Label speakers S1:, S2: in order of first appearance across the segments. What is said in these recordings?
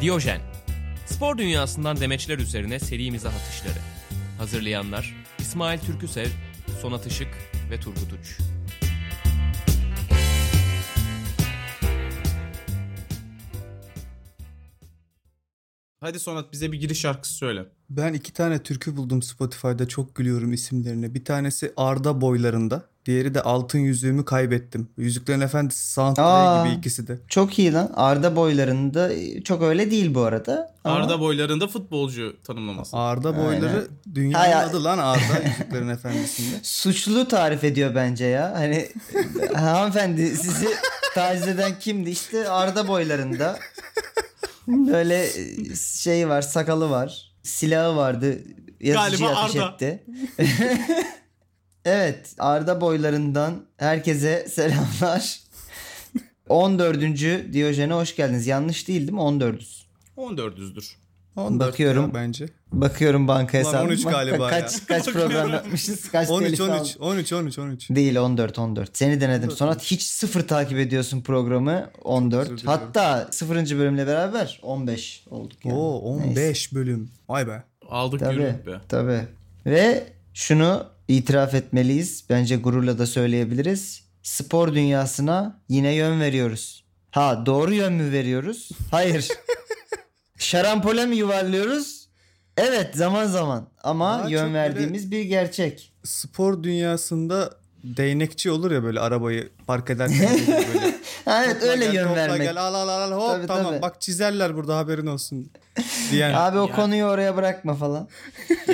S1: Diyojen. Spor dünyasından demeçler üzerine serimize atışları. Hazırlayanlar İsmail Türküsev, Sonat Işık ve Turgut Uç.
S2: Hadi Sonat bize bir giriş şarkısı söyle.
S3: Ben iki tane türkü buldum Spotify'da çok gülüyorum isimlerine. Bir tanesi Arda boylarında. Diğeri de altın yüzüğümü kaybettim. Yüzüklerin Efendisi soundtrack
S4: Aa.
S3: gibi ikisi de.
S4: Çok iyi lan. Arda boylarında çok öyle değil bu arada. Ama-
S2: Arda boylarında futbolcu tanımlaması.
S3: Arda boyları dünyanın
S4: Hay-
S3: adı lan Arda Yüzüklerin Efendisi'nde.
S4: suçlu tarif ediyor bence ya. Hani hanımefendi sizi taciz eden kimdi? İşte Arda boylarında. Böyle şey var, sakalı var. Silahı vardı. Yazıcı
S2: Galiba
S4: ateş
S2: Arda.
S4: etti. evet, Arda boylarından herkese selamlar. 14. Diyojen'e hoş geldiniz. Yanlış değil değil mi? 14'üz.
S2: 14'üzdür.
S3: 14
S4: Bakıyorum.
S3: ya bence.
S4: Bakıyorum banka
S3: Ulan
S4: hesabıma.
S3: 13 galiba
S4: kaç,
S3: ya.
S4: Kaç program yapmışız? Kaç
S3: 13
S4: telif
S3: 13
S4: aldık?
S3: 13 13 13.
S4: Değil 14 14. Seni denedim. Sonra hiç sıfır takip ediyorsun programı 14.
S3: özür dilerim.
S4: Hatta sıfırıncı bölümle beraber 15 olduk yani.
S3: Oo 15
S4: Neyse.
S3: bölüm. Vay be.
S2: Aldık
S4: Tabii.
S2: yürüyüp be.
S4: Tabii. Ve şunu itiraf etmeliyiz. Bence gururla da söyleyebiliriz. Spor dünyasına yine yön veriyoruz. Ha doğru yön mü veriyoruz? Hayır. Şarampole mi yuvarlıyoruz? Evet zaman zaman ama
S3: Daha çok
S4: yön
S3: böyle-
S4: verdiğimiz bir gerçek.
S3: Spor dünyasında değnekçi olur ya böyle arabayı park ederken böyle.
S4: Ha, evet
S3: Topla
S4: öyle
S3: gel,
S4: yön
S3: topla
S4: vermek.
S3: Gel, al al al al, hop
S4: Tabii,
S3: tamam
S4: tabii.
S3: bak çizerler burada haberin olsun. Diyen.
S4: Abi o
S2: Yani-
S4: konuyu oraya bırakma falan.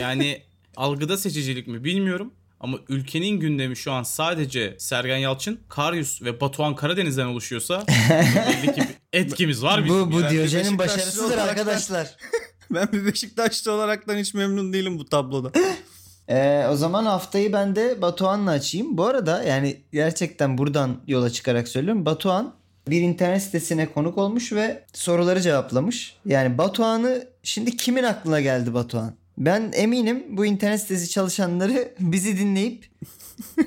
S2: Yani algıda seçicilik mi bilmiyorum. Ama ülkenin gündemi şu an sadece Sergen Yalçın, Karyus ve Batuhan Karadeniz'den oluşuyorsa belli ki bir etkimiz var bizim.
S4: Bu, bu
S3: Yani
S4: Diyojen'in
S3: Beşiktaşlı
S4: başarısıdır
S3: olarak-
S4: arkadaşlar.
S3: Ben bir Beşiktaşlı olaraktan hiç memnun değilim bu tabloda.
S4: Ee, o zaman haftayı ben de Batuhan'la açayım. Bu arada yani gerçekten buradan yola çıkarak söylüyorum. Batuhan bir internet sitesine konuk olmuş ve soruları cevaplamış. Yani Batuhan'ı şimdi kimin aklına geldi Batuhan? Ben eminim bu internet sitesi çalışanları bizi dinleyip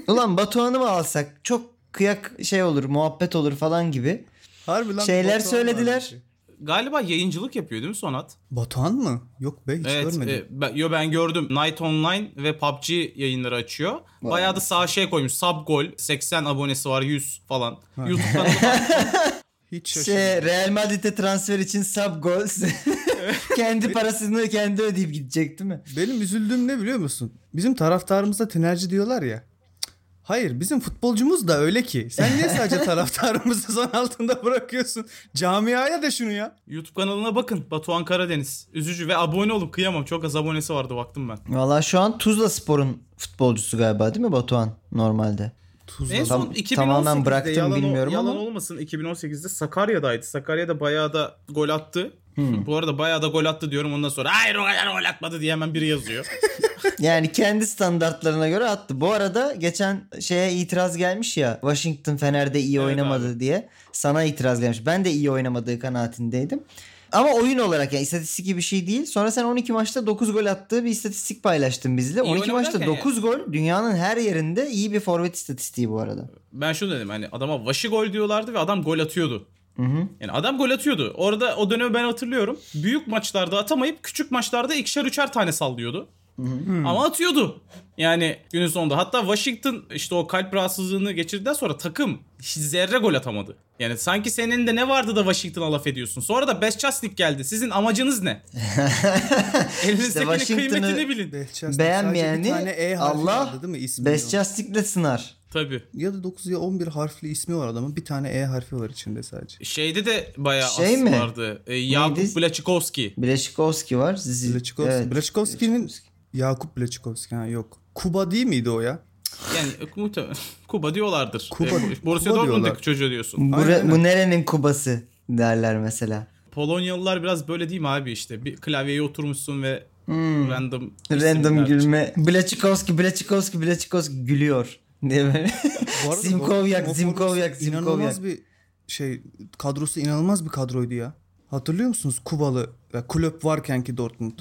S4: ulan Batuhan'ı mı alsak çok kıyak şey olur muhabbet olur falan gibi.
S3: Harbi lan.
S4: Şeyler
S3: Batuhan
S4: söylediler.
S3: varmış ya.
S2: Galiba yayıncılık yapıyor değil mi Sonat?
S3: Batuhan mı? Yok be hiç
S2: evet.
S3: görmedim.
S2: e, ben, yo ben gördüm. Night Online ve PUBG yayınları açıyor. Bayağı da sağ şey koymuş. Subgol 80 abonesi var 100 falan. YouTube kanalı var.
S3: hiç
S4: Şey, Real Madrid'e transfer için sub goals. kendi parasını kendi ödeyip gidecek değil mi?
S3: Benim üzüldüğüm ne biliyor musun? Bizim taraftarımıza tinerci diyorlar ya. Cık, Hayır bizim futbolcumuz da öyle ki. Sen niye sadece taraftarımızı zan altında bırakıyorsun? Camiaya da şunu ya.
S2: YouTube kanalına bakın. Batuhan Karadeniz. Üzücü ve abone olun. Kıyamam. Çok az abonesi vardı baktım ben.
S4: Valla şu an Tuzla Spor'un futbolcusu galiba değil mi Batuhan normalde?
S3: Tuzla.
S2: En
S4: Tam-
S2: son 2018'de
S4: tamamen bıraktım
S2: yalan, o-
S4: bilmiyorum
S2: yalan
S4: ama.
S2: olmasın 2018'de Sakarya'daydı. Sakarya'da bayağı da gol attı.
S4: Hmm.
S2: Bu arada bayağı da gol attı diyorum ondan sonra hayır o kadar gol atmadı diye hemen biri yazıyor.
S4: Yani kendi standartlarına göre attı. Bu arada geçen şeye itiraz gelmiş ya Washington Fener'de iyi
S2: Evet
S4: oynamadı diye sana itiraz gelmiş. Ben de iyi oynamadığı kanaatindeydim. Ama oyun olarak yani istatistik gibi bir şey değil. Sonra sen 12 maçta 9 gol attığı bir istatistik paylaştın bizle. 12
S2: oynama
S4: maçta
S2: derken
S4: 9 gol dünyanın her yerinde iyi bir forvet istatistiği bu arada.
S2: ben şunu dedim hani adama vaşı gol diyorlardı ve adam gol atıyordu. Yani adam gol atıyordu. Orada o dönemi ben hatırlıyorum. Büyük maçlarda atamayıp küçük maçlarda ikişer üçer tane sallıyordu. Ama atıyordu. Yani günün sonunda. Hatta Washington işte o kalp rahatsızlığını geçirdikten sonra takım hiç zerre gol atamadı. Yani sanki senin de ne vardı da Washington'a laf ediyorsun. Sonra da Beşçasnik geldi. Sizin amacınız ne? Elinizdekinin
S4: Washington'ı-
S2: kıymetini bilin.
S3: Behças-
S4: Beğenmeyeni
S3: sadece bir tane e harfi
S4: Allah
S3: vardı değil mi? İsmi yok.
S4: Best Justic'le sınar.
S2: Tabii.
S3: Ya da 9 ya 11 harfli ismi var adamın. Bir tane E harfi var içinde sadece.
S2: Şeyde de bayağı
S4: Şey
S2: asıl
S4: mi?
S2: vardı. Ee, Yakup
S4: Neydi?
S2: Blaçikowski.
S4: Blaşikowski var. Zizi.
S3: Blaçikovski.
S4: Evet.
S3: Blaçikovski'nin Yakup Blaçikovski ha yok. Kuba değil miydi o ya?
S2: Yani muhtemelen Kuba diyorlardır.
S3: Kuba-
S2: Ee, Borussia
S3: Kuba
S2: Dortmund'daki
S3: diyorlar. Hmm.
S2: çocuğu diyorsun.
S4: Bu,
S3: Aynen öyle.
S4: bu nerenin kubası derler mesela.
S2: Polonyalılar biraz böyle değil mi abi işte? Bir klavyeye oturmuşsun ve
S3: Hmm.
S2: random
S4: Random
S2: isimler.
S4: gülme. Blaçikowski, Blaçikowski, Blaçikowski gülüyor. Diye böyle.
S3: Bu arada
S4: Simkovyak,
S3: Bob-
S4: Simkovyak,
S3: Bob- İnanılmaz
S4: Simkovyak.
S3: bir şey kadrosu inanılmaz bir kadroydu ya. Hatırlıyor musunuz Kubalı ya kulüp varken ki Dortmund.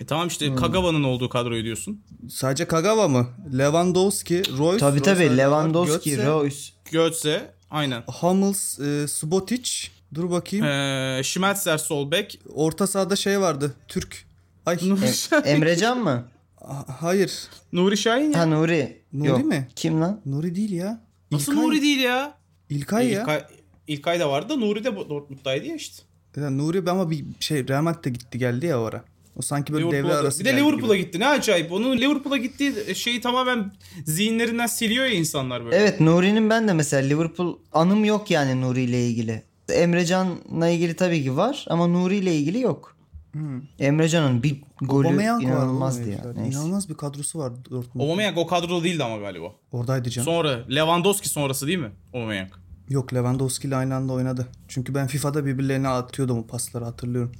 S2: E tamam işte
S3: Hmm.
S2: Kagawa'nın olduğu kadroyu diyorsun.
S3: Sadece Kagawa mı? Lewandowski, Royce.
S4: tabii
S3: Royce,
S4: tabii Lewandowski,
S3: Götze,
S4: Royce.
S2: Götze aynen.
S3: Hummels, e, Subotic, Dur bakayım.
S2: Ee, Schmelzer sol bek.
S3: Orta sahada şey vardı. Türk. Ay
S2: Nuri, Şahin-
S4: Emrecan mı?
S3: a- hayır.
S2: Nuri Şahin ya.
S4: Ha Nuri.
S3: Nuri
S4: Yok.
S3: mi?
S4: Kim lan?
S3: Nuri değil ya.
S2: Nasıl
S3: İlkay-
S2: Nuri değil ya?
S3: İlkay ya.
S2: İlkay, İlkay da vardı da Nuri de Dortmund'daydı ya işte.
S3: Ya Nuri ama bir şey Real Madrid'e gitti geldi ya o ara. O sanki böyle devre
S2: Liverpool'a da-
S3: arası
S2: bir de
S3: geldi
S2: Liverpool'a
S3: gibi.
S2: gitti. Ne acayip. Onun Liverpool'a gittiği şeyi tamamen zihinlerinden siliyor ya insanlar böyle.
S4: Evet Nuri'nin ben de mesela Liverpool anım yok yani Nuri ile ilgili. Emrecan'la ilgili tabii ki var ama Nuri ile ilgili yok. Emrecan'ın bir golü
S3: Hmm. Aubameyang vardı
S4: inanılmazdı
S3: oğlum
S4: ya.
S3: herifler.
S4: Neyse.
S3: İnanılmaz bir kadrosu vardı Dortmund.
S2: Aubameyang o kadroda değildi ama galiba.
S3: Oradaydı can.
S2: Sonra Lewandowski sonrası değil mi? Aubameyang.
S3: Yok Lewandowski ile aynı anda oynadı. Çünkü ben FIFA'da birbirlerine atıyordum o pasları hatırlıyorum.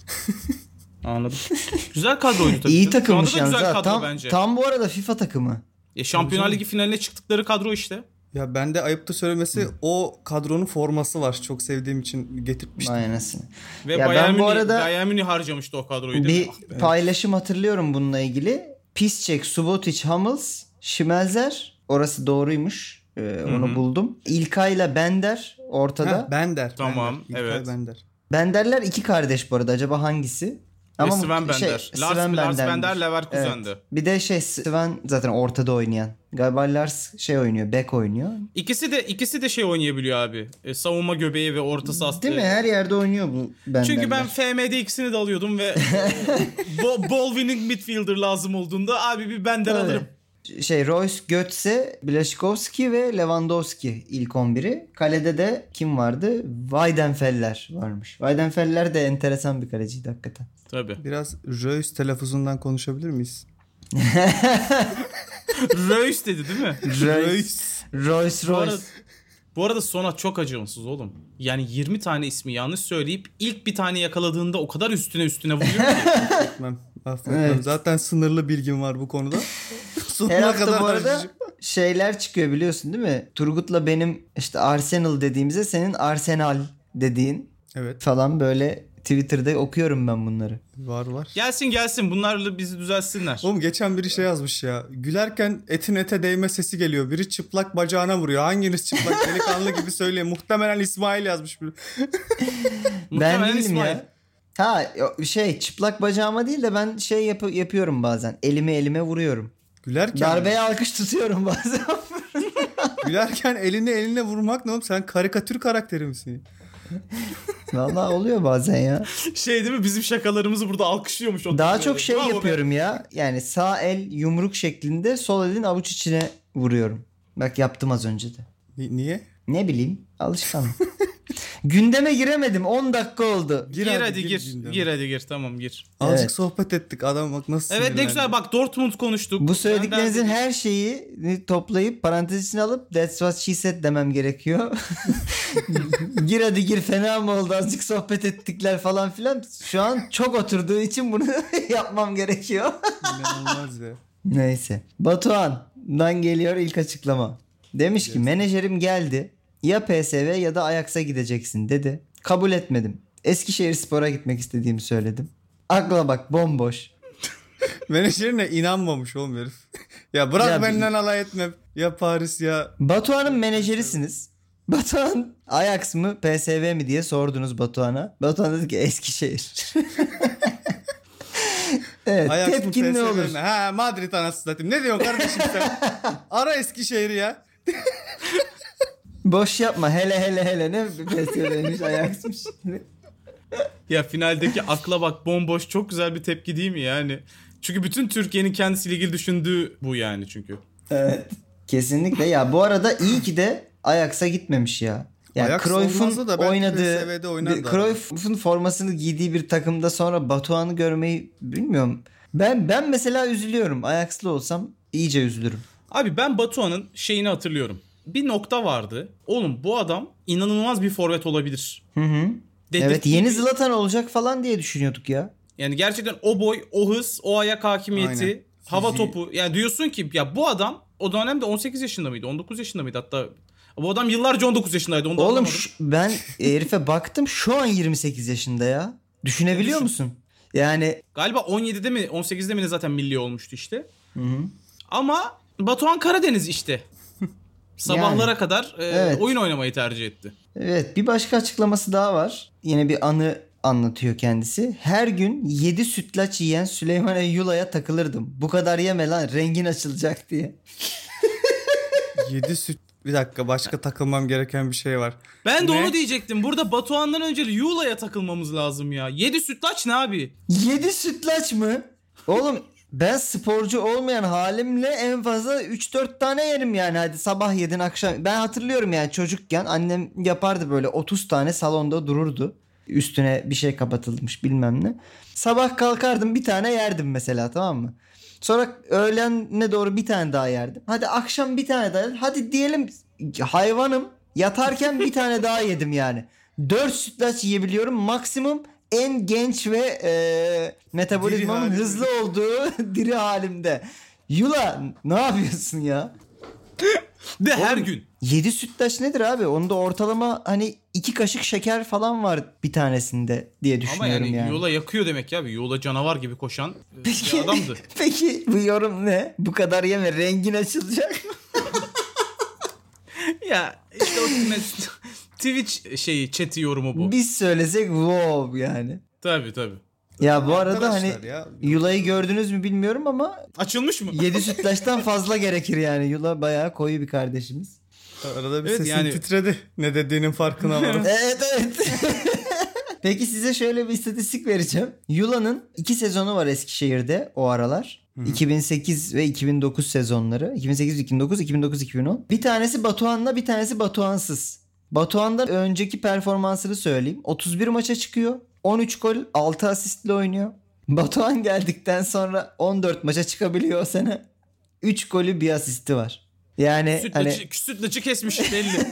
S2: Anladım. güzel kadroydu tabii.
S4: İyi
S2: canım. Şu anda
S4: takılmış
S2: da
S4: yalnız.
S2: Güzel
S4: ha.
S2: kadro
S4: Tam,
S2: bence.
S4: tam bu arada FIFA takımı.
S2: E, Şampiyonlar Ligi finaline çıktıkları kadro işte.
S3: Ya bende ayıptır söylemesi o kadronun forması var. Çok sevdiğim için getirtmiştim.
S4: Vay anasını.
S2: Ve
S4: Ya
S2: Bayern
S4: ben bu
S2: Münih,
S4: arada-
S2: Bayern Münih harcamıştı o kadroyu değil
S4: Bir
S2: mi?
S4: paylaşım hatırlıyorum bununla ilgili. Pisçek, Subotic, Hummels, Schmelzer. Orası doğruymuş. Ee, onu buldum. İlkay'la Bender
S3: Ha,
S4: ortada.
S3: Bender.
S2: Tamam,
S3: Bender. İlkay
S2: evet.
S3: Bender.
S4: Benderler iki kardeş bu arada. Acaba hangisi?
S2: Ama
S4: mu-
S2: Sven Bender.
S4: şey,
S2: Lars,
S4: Sven
S2: Lars
S4: Bender'miş.
S2: Bender Leverkusen'di.
S4: Evet. Bir de şey Sven zaten ortada oynayan. Galiba Lars şey oynuyor. Bek oynuyor.
S2: İkisi de ikisi de şey oynayabiliyor abi. E, savunma göbeği ve orta sahası.
S4: Değil mi? Her yerde oynuyor bu Benderler.
S2: Çünkü ben FM'de ikisini de alıyordum ve bo, ball winning midfielder lazım olduğunda abi bir Bender
S4: Tabii.
S2: alırım.
S4: şey Royce, Götze, Blaszkowski ve Lewandowski ilk 11'i. Kalede de kim vardı? Weidenfeller varmış. Weidenfeller de enteresan bir kaleciydi hakikaten.
S2: Tabii.
S3: Biraz Reus telaffuzundan konuşabilir miyiz?
S2: Reus dedi değil mi?
S3: Reus.
S4: Royce
S2: Bu arada,
S4: Royce.
S2: bu arada Sonat çok acımasız oğlum. Yani 20 tane ismi yanlış söyleyip ilk bir tane yakaladığında o kadar üstüne üstüne vuruyor ki.
S3: Affetmem. affetmem.
S4: Evet.
S3: Zaten sınırlı bilgim var bu konuda. Sonuna
S4: Her hafta
S3: kadar
S4: bu arada
S3: harcayacağım.
S4: şeyler çıkıyor biliyorsun değil mi? Turgut'la benim işte Arsenal dediğimize senin Arsenal dediğin
S3: Evet
S4: falan böyle Twitter'da okuyorum ben bunları.
S3: var var.
S2: gelsin gelsin bunlarla bizi düzelsinler.
S3: Oğlum geçen biri şey yazmış ya. Gülerken etin ete değme sesi geliyor. Biri çıplak bacağına vuruyor. Hanginiz çıplak delikanlı gibi söylüyor. Muhtemelen İsmail yazmış. biri.
S4: Ben
S2: Muhtemelen
S4: değilim
S2: İsmail.
S4: ya. Ha yo- şey çıplak bacağıma değil de ben şey yap- yapıyorum bazen. Elimi elime vuruyorum.
S3: Gülerken
S4: Darbeye alkış tutuyorum bazen.
S3: gülerken elini eline vurmak ne oğlum? Sen karikatür karakteri misin?
S4: Vallahi oluyor bazen ya.
S2: Şey değil mi bizim şakalarımızı burada alkışlıyormuş. o
S4: Daha
S2: tip
S4: çok
S2: böyle.
S4: şey
S2: Bravo be.
S4: yapıyorum ya. Yani sağ el yumruk şeklinde sol elin avuç içine vuruyorum. Bak yaptım az önce de.
S3: Ni- niye?
S4: Ne bileyim alışkanlık. Gündeme giremedim 10 dakika oldu.
S2: Gir,
S3: abi,
S2: hadi gir. Gir,
S3: gündeme.
S2: hadi gir tamam gir.
S3: Azıcık
S4: Evet.
S3: sohbet ettik. Adam bak nasıl
S2: Evet ne
S3: sinirlendi.
S2: güzel bak Dortmund konuştuk.
S4: Bu söylediklerinizin
S2: Ben-
S4: her şeyi toplayıp parantez içine alıp that's what she said demem gerekiyor. gir hadi gir fena mı oldu azıcık sohbet ettikler falan filan. Şu an çok oturduğu için bunu yapmam gerekiyor.
S3: İnanılmaz ya.
S4: Neyse. Batuhan'dan geliyor ilk açıklama. Demiş ki menajerim geldi. Ya PSV ya da Ajax'a gideceksin dedi. Kabul etmedim. Eskişehir Spor'a gitmek istediğimi söyledim. Akla bak bomboş.
S3: Menajerine inanmamış oğlum herif. ya bırak
S4: Ya bir-
S3: benden alay etme. Ya Paris ya.
S4: Batuhan'ın menajerisiniz. Batuhan Ajax mı PSV mi diye sordunuz Batuhan'a. Batuhan dedi ki Eskişehir. evet
S3: Ajax mı,
S4: tepkin ne
S3: PSV
S4: E, olur?
S3: mi? Ha Madrid anasını satayım. Ne diyorsun kardeşim sen? Ara Eskişehir'i ya.
S4: Boş yapma hele hele hele ne PSV'miş Ajax'mış.
S2: Ya finaldeki akla bak bomboş çok güzel bir tepki değil mi yani? Çünkü bütün Türkiye'nin kendisiyle ilgili düşündüğü bu yani çünkü.
S4: evet kesinlikle ya bu arada iyi ki de Ajax'a gitmemiş ya. Yani
S3: Ajax
S4: Cruyff'un
S3: olmazdı da belki PSV'de
S4: oynadığı,
S3: oynardı
S4: bir-
S3: adam.
S4: Cruyff'un formasını giydiği bir takımda sonra Batuhan'ı görmeyi bilmiyorum. Ben ben mesela üzülüyorum. Ajax'lı olsam iyice üzülürüm.
S2: Abi ben Batuhan'ın şeyini hatırlıyorum. Bir nokta vardı. Oğlum bu adam inanılmaz bir forvet olabilir.
S4: Hı hı.
S2: Dedirtti.
S4: Evet yeni Zlatan olacak falan diye düşünüyorduk ya.
S2: Yani gerçekten o boy, o hız, o ayak hakimiyeti,
S3: Aynen.
S2: hava
S3: Fiziği.
S2: topu. Yani diyorsun ki ya bu adam o dönemde 18 yaşında mıydı? 19 yaşında mıydı hatta? Bu adam yıllarca 19 yaşındaydı. Onu da
S4: Oğlum
S2: anlamadım.
S4: şu- ben herife baktım şu an 28 yaşında ya. Düşünebiliyor
S2: Düşün.
S4: musun? Yani
S2: Galiba 17'de mi 18'de mi ne zaten milli olmuştu işte.
S4: hı.
S2: Ama Batuhan Karadeniz işte. Sabahlara kadar e,
S4: Evet.
S2: oyun oynamayı tercih etti.
S4: Evet bir başka açıklaması daha var. Yine bir anı anlatıyor kendisi. Her gün 7 sütlaç yiyen Süleyman Eyyula'ya takılırdım. Bu kadar yeme lan rengin açılacak diye.
S3: 7 süt. Bir dakika başka takılmam gereken bir şey var.
S2: Ben de
S3: Ne?
S2: onu diyecektim. Burada Batuhan'dan önce Yula'ya takılmamız lazım ya. 7 sütlaç ne abi?
S4: 7 sütlaç mı? Oğlum ben sporcu olmayan halimle en fazla 3-4 tane yerim yani. Hadi sabah yedin akşam. Ben hatırlıyorum yani çocukken annem yapardı böyle 30 tane salonda dururdu. Üstüne bir şey kapatılmış bilmem ne. Sabah kalkardım bir tane yerdim mesela tamam mı? Sonra öğlene doğru bir tane daha yerdim. Hadi akşam bir tane daha. Hadi diyelim hayvanım yatarken bir tane daha yedim yani. 4 sütlaç yiyebiliyorum. Maksimum en genç ve e, metabolizmamın
S3: Diri halim.
S4: hızlı olduğu diri halimde. Yula ne yapıyorsun ya?
S2: De her gün.
S4: 7 sütlaç nedir abi? Onda ortalama hani 2 kaşık şeker falan var bir tanesinde diye
S2: Ama
S4: düşünüyorum
S2: yani,
S4: yani.
S2: Yula yakıyor demek ya. Yula canavar gibi koşan e,
S4: Peki-
S2: bir adamdı.
S4: Peki bu yorum ne? Bu kadar yeme rengin açılacak.
S2: ya işte o t- Twitch şeyi chat'i yorumu bu.
S4: Biz söylesek wow yani.
S2: Tabii tabii.
S4: Ya bu arada hani
S3: Arkadaşlar ya.
S4: Yula'yı gördünüz mü bilmiyorum ama
S2: Açılmış mı?
S4: 7 sütlaçtan fazla gerekir yani. Yula bayağı koyu bir kardeşimiz.
S3: Arada bir
S2: Evet,
S3: sesin
S2: yani-
S3: titredi. Ne dediğinin farkına varım.
S4: Evet evet. Peki size şöyle bir istatistik vereceğim. Yula'nın iki sezonu var Eskişehir'de o aralar. 2008 ve 2009 sezonları. 2008 2009, 2009 2010. Bir tanesi Batuhan'la, bir tanesi Batuhan'sız. Batuhan'dan önceki performansını söyleyeyim. 31 maça çıkıyor. 13 gol, 6 asistle oynuyor. Batuhan geldikten sonra 14 maça çıkabiliyor o sene. 3 golü, bir asisti var. Yani hani
S2: Sütlacı, sütlacı kesmiş belli. Hani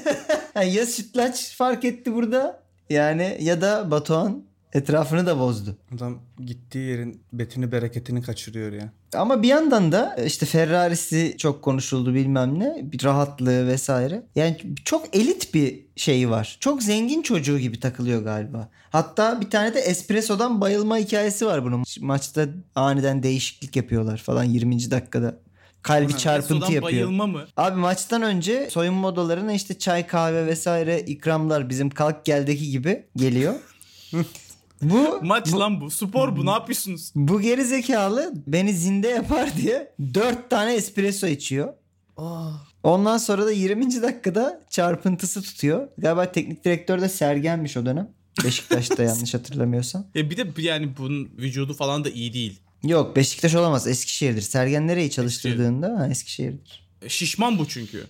S4: Ha, ya Sütlaç fark etti burada yani ya da Batuhan etrafını da bozdu.
S3: Adam gittiği yerin betini bereketini kaçırıyor ya.
S4: Ama bir yandan da e, işte Ferrari'si çok konuşuldu bilmem ne. Bir rahatlığı vesaire. Yani çok elit bir şeyi var. Çok zengin çocuğu gibi takılıyor galiba. Hatta bir tane de espressodan bayılma hikayesi var bunun. Maçta aniden değişiklik yapıyorlar falan 20. dakikada. Kalbi çarpıntı
S2: Sudan
S4: yapıyor.
S2: bayılma mı?
S4: Abi maçtan önce soyunma odalarına işte çay kahve vesaire ikramlar bizim kalk geldeki gibi geliyor. bu
S2: Maç
S4: bu,
S2: lan bu. Spor bu. Ne yapıyorsunuz?
S4: bu geri zekalı beni zinde yapar diye 4 tane espresso içiyor. Ondan sonra da 20. dakikada çarpıntısı tutuyor. Galiba teknik direktör de Sergen'miş o dönem. Beşiktaş'ta yanlış hatırlamıyorsam.
S2: E bir de yani bunun vücudu falan da iyi değil.
S4: Yok Beşiktaş olamaz Eskişehir'dir. Sergen nereyi çalıştırdığında ha, Eskişehir'dir.
S2: E, Şişman bu çünkü.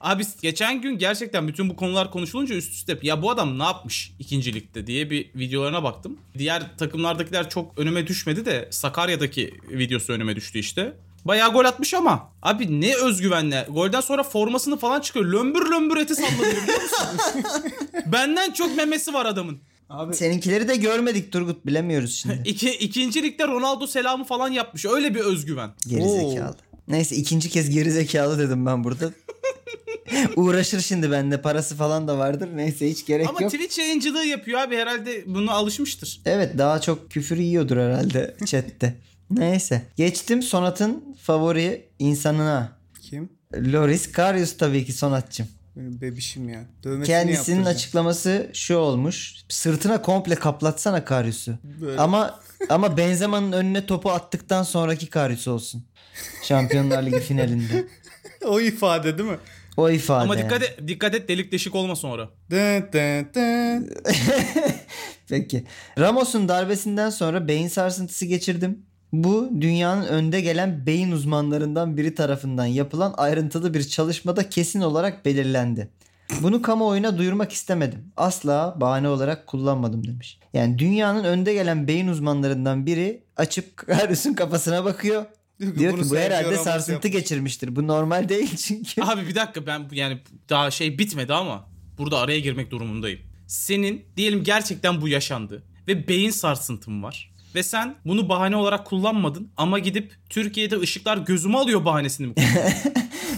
S2: Abi geçen gün gerçekten bütün bu konular konuşulunca üst üste ya bu adam ne yapmış ikincilikte diye bir videolarına baktım. Diğer takımlardakiler çok önüme düşmedi de Sakarya'daki videosu önüme düştü işte. Bayağı gol atmış ama abi ne özgüvenle. Golden sonra formasını falan çıkıyor. Lömbür lömbür eti sallanıyor biliyor musun? Benden çok memesi var adamın.
S3: Abi
S4: Seninkileri de görmedik Turgut bilemiyoruz şimdi.
S2: İki, ikincilikte Ronaldo selamı falan yapmış. Öyle bir özgüven.
S4: Geri zekalı. Neyse ikinci kez geri zekalı dedim ben burada. Uğraşır şimdi bende parası falan da vardır. Neyse hiç gerek
S2: Ama
S4: yok.
S2: Twitch yayıncılığı yapıyor abi herhalde buna alışmıştır.
S4: Evet daha çok küfür yiyordur herhalde chatte. Neyse. Geçtim Sonat'ın favori insanına.
S3: kim?
S4: Loris Karius tabii ki Sonat'cığım.
S3: Benim bebişim ya. Dövmesini
S4: Kendisinin
S3: yaptıracağım.
S4: açıklaması şu olmuş. Sırtına komple kaplatsana Karius'u.
S3: Böyle.
S4: Ama ama Benzema'nın önüne topu attıktan sonraki Karius olsun. Şampiyonlar Ligi finalinde.
S3: O ifade değil mi?
S4: O ifade.
S2: Ama
S4: yani.
S2: dikkat et, dikkat et delik deşik olma sonra.
S3: Dın dın dın.
S4: Peki. Ramos'un darbesinden sonra beyin sarsıntısı geçirdim. Bu dünyanın önde gelen beyin uzmanlarından biri tarafından yapılan ayrıntılı bir çalışmada kesin olarak belirlendi. Bunu kamuoyuna duyurmak istemedim. Asla bahane olarak kullanmadım demiş. Yani dünyanın önde gelen beyin uzmanlarından biri açıp Karius'un kafasına bakıyor.
S3: Diyor ki,
S4: Diyor
S3: "Bunu
S4: ki bu
S3: Sergio
S4: herhalde
S3: Ramos
S4: sarsıntı
S3: yapmış."
S4: geçirmiştir. Bu normal değil çünkü.
S2: Abi bir dakika ben bu- yani daha şey bitmedi ama burada araya girmek durumundayım. Senin diyelim gerçekten bu yaşandı ve beyin sarsıntın var. Ve sen bunu bahane olarak kullanmadın ama gidip Türkiye'de ışıklar gözüme alıyor bahanesini mi kullandın?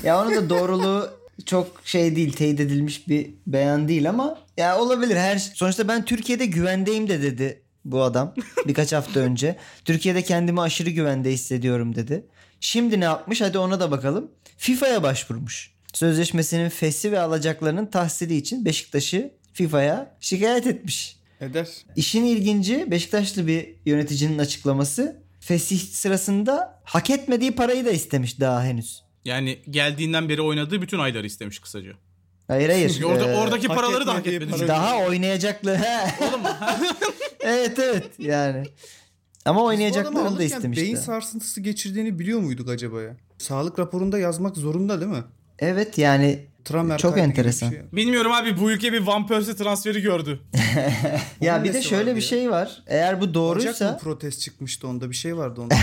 S4: Ya onun da doğruluğu çok şey değil, teyit edilmiş bir beyan değil ama ya olabilir her sonuçta ben Türkiye'de güvendeyim de dedi bu adam birkaç hafta önce. Türkiye'de kendimi aşırı güvende hissediyorum dedi. Şimdi ne yapmış? Hadi ona da bakalım. FIFA'ya başvurmuş. sözleşmesinin fesi ve alacaklarının tahsili için Beşiktaş'ı FIFA'ya şikayet etmiş.
S3: Eder.
S4: İşin ilginci Beşiktaşlı bir yöneticinin açıklaması. Fesih sırasında hak etmediği parayı da istemiş daha henüz.
S2: Yani geldiğinden beri oynadığı bütün ayları istemiş kısaca.
S4: Hayır hayır.
S2: Çünkü orada,
S4: Ee,
S2: oradaki
S3: hak
S2: paraları da hak
S3: etmediği
S2: etmedi.
S3: para-
S4: Daha oynayacaklı. He. evet evet yani. Ama
S3: Bu adamı
S4: oynayacaklarını da
S3: alırken
S4: istemişti.
S3: Beyin sarsıntısı geçirdiğini biliyor muyduk acaba ya? Sağlık raporunda yazmak zorunda değil mi?
S4: Evet yani
S3: Tramer
S4: Çok
S3: kaydı gibi
S4: enteresan.
S3: bir şey.
S2: Bilmiyorum abi bu ülke bir Van Persie transferi gördü.
S4: ya
S3: Onun
S4: bir de
S3: nesi
S4: şöyle
S3: vardı
S4: bir
S3: ya?
S4: şey var. Eğer bu
S3: Bacak
S4: doğruysa
S3: mı protest çıkmıştı onda bir şey vardı onda.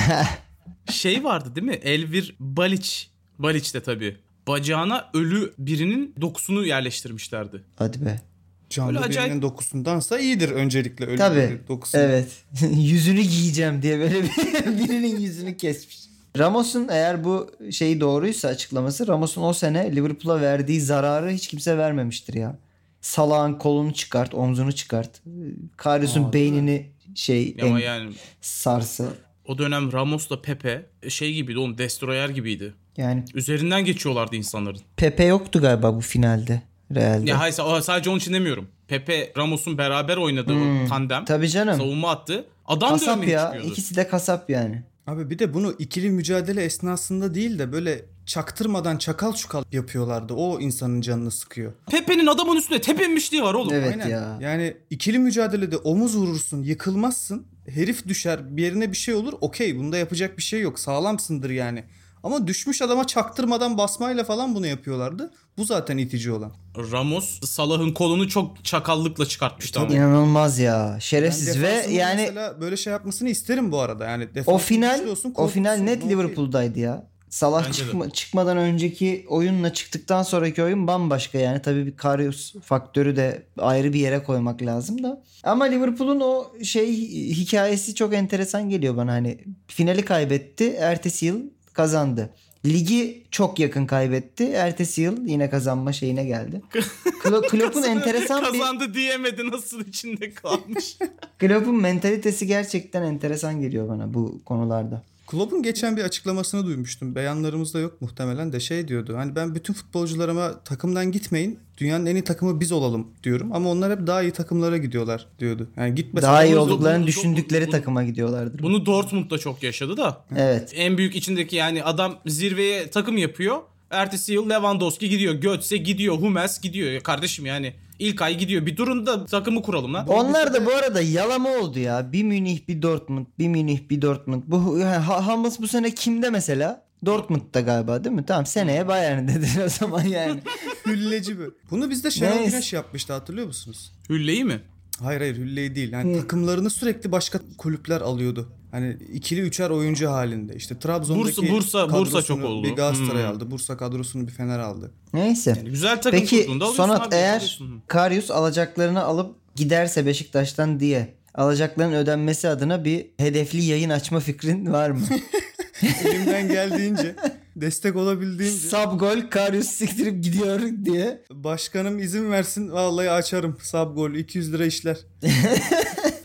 S2: Şey vardı değil mi? Elvir Baliç. Baliç de tabii. Bacağına ölü birinin dokusunu yerleştirmişlerdi.
S4: hadi be.
S3: Canlı
S2: Böyle acayip-
S3: birinin dokusundansa iyidir öncelikle ölü
S4: Tabii.
S3: birinin dokusu.
S4: Evet. yüzünü giyeceğim diye böyle bir- birinin yüzünü kesmiş. Ramos'un eğer bu şeyi doğruysa açıklaması Ramos'un o sene Liverpool'a verdiği zararı hiç kimse vermemiştir ya. Salağın kolunu çıkart, omzunu çıkart. Ee, Karius'un
S3: Aa, değil mi?
S4: beynini şey
S2: Ama
S4: en-
S2: yani
S4: sarsı.
S2: o dönem Ramos'la Pepe şey gibiydi oğlum Destroyer gibiydi.
S4: Yani
S2: Üzerinden geçiyorlardı insanların.
S4: Pepe yoktu galiba bu finalde Real'de.
S2: Ya hayır sa- sadece onun için demiyorum. Pepe Ramos'un beraber oynadığı o tandem.
S4: Hmm. Tabii canım.
S2: Savunma attı. Adam
S4: Kasap
S2: dövmeye
S4: ya.
S2: çıkıyordu.
S4: İkisi de kasap yani.
S3: Abi bir de bunu ikili mücadele esnasında değil de böyle çaktırmadan çakal çukal yapıyorlardı. O insanın canını sıkıyor.
S2: Pepe'nin adamın üstüne tepemişliği var oğlum.
S4: Evet
S3: Aynen.
S4: ya.
S3: Yani ikili mücadelede omuz vurursun, yıkılmazsın. Herif düşer, bir yerine bir şey olur. Okey, bunda yapacak bir şey yok. Sağlamsındır yani. Ama düşmüş adama çaktırmadan basmayla falan bunu yapıyorlardı. Bu zaten itici olan.
S2: Ramos Salah'ın kolunu çok çakallıkla çıkartmıştı ama.
S4: İnanılmaz ya.
S3: Ben
S4: Şerefsiz ve
S3: defansın da
S4: yani
S3: mesela böyle şey yapmasını isterim bu arada. Yani
S4: o
S3: defans
S4: final
S3: güçlü olsun,
S4: o final
S3: korksun,
S4: net
S3: no
S4: Liverpool'daydı ya. Salah
S2: Bence de.
S4: çıkma- çıkmadan önceki oyunla çıktıktan sonraki oyun bambaşka yani. Tabii bir Karius faktörü de ayrı bir yere koymak lazım da. Ama Liverpool'un o şey hikayesi çok enteresan geliyor bana hani. Finali kaybetti, ertesi yıl kazandı. Ligi çok yakın kaybetti. Ertesi yıl yine kazanma şeyine geldi. Klo- Klopp'un enteresan bir
S2: Kazandı diyemedi nasıl içinde kalmış.
S4: Klopp'un mentalitesi gerçekten enteresan geliyor bana bu konularda.
S3: Klopp'un geçen bir açıklamasını duymuştum. Beyanlarımızda yok muhtemelen de şey diyordu. Hani ben bütün futbolcularıma takımdan gitmeyin. Dünyanın en iyi takımı biz olalım diyorum. Ama onlar hep daha iyi takımlara gidiyorlar diyordu. Yani gitmesen
S4: Daha iyi
S2: bunu-
S4: olduklarını
S2: bunu-
S4: düşündükleri
S2: bunu-
S4: takıma gidiyorlardır.
S2: Bunu Dortmund'da çok yaşadı da.
S4: evet.
S2: En büyük içindeki yani adam zirveye takım yapıyor. Ertesi yıl Lewandowski gidiyor. Götze gidiyor. Hummels gidiyor. Ya Kardeşim yani ilk ay gidiyor. Bir durun da takımı kuralım lan.
S4: Onlar da bu arada yalama oldu ya. Bir Münih, bir Dortmund, bir Münih, bir Dortmund. Bu yani Ha- Hummels bu sene kimde mesela? Dortmund'da galiba değil mi? Tamam seneye Bayern dedin o zaman yani.
S3: hülleci böyle. Bunu bizde Şenol
S4: Neyse.
S3: Güneş yapmıştı hatırlıyor musunuz?
S2: Hülleyi mi?
S3: Hayır hayır hülleyi değil. Yani takımlarını sürekli başka kulüpler alıyordu. Hani ikili üçer oyuncu halinde. İşte Trabzon'daki
S2: Bursa- Bursa- Bursa
S3: kadrosunu
S2: çok oldu.
S3: Bir Galatasaray
S2: Hmm.
S3: aldı. Bursa kadrosunu bir Fener aldı.
S4: Neyse.
S2: Yani güzel takım
S4: Peki
S2: kurduğunda alıyorsun
S4: Sonat
S2: abi,
S4: eğer
S2: alıyorsun.
S4: Karius alacaklarını alıp giderse Beşiktaş'tan diye alacakların ödenmesi adına bir hedefli yayın açma fikrin var mı?
S3: Elimden geldiğince destek olabildiğince
S4: Sub gol Karius siktirip gidiyor diye.
S3: başkanım izin versin vallahi açarım. Sab gol 200 lira işler.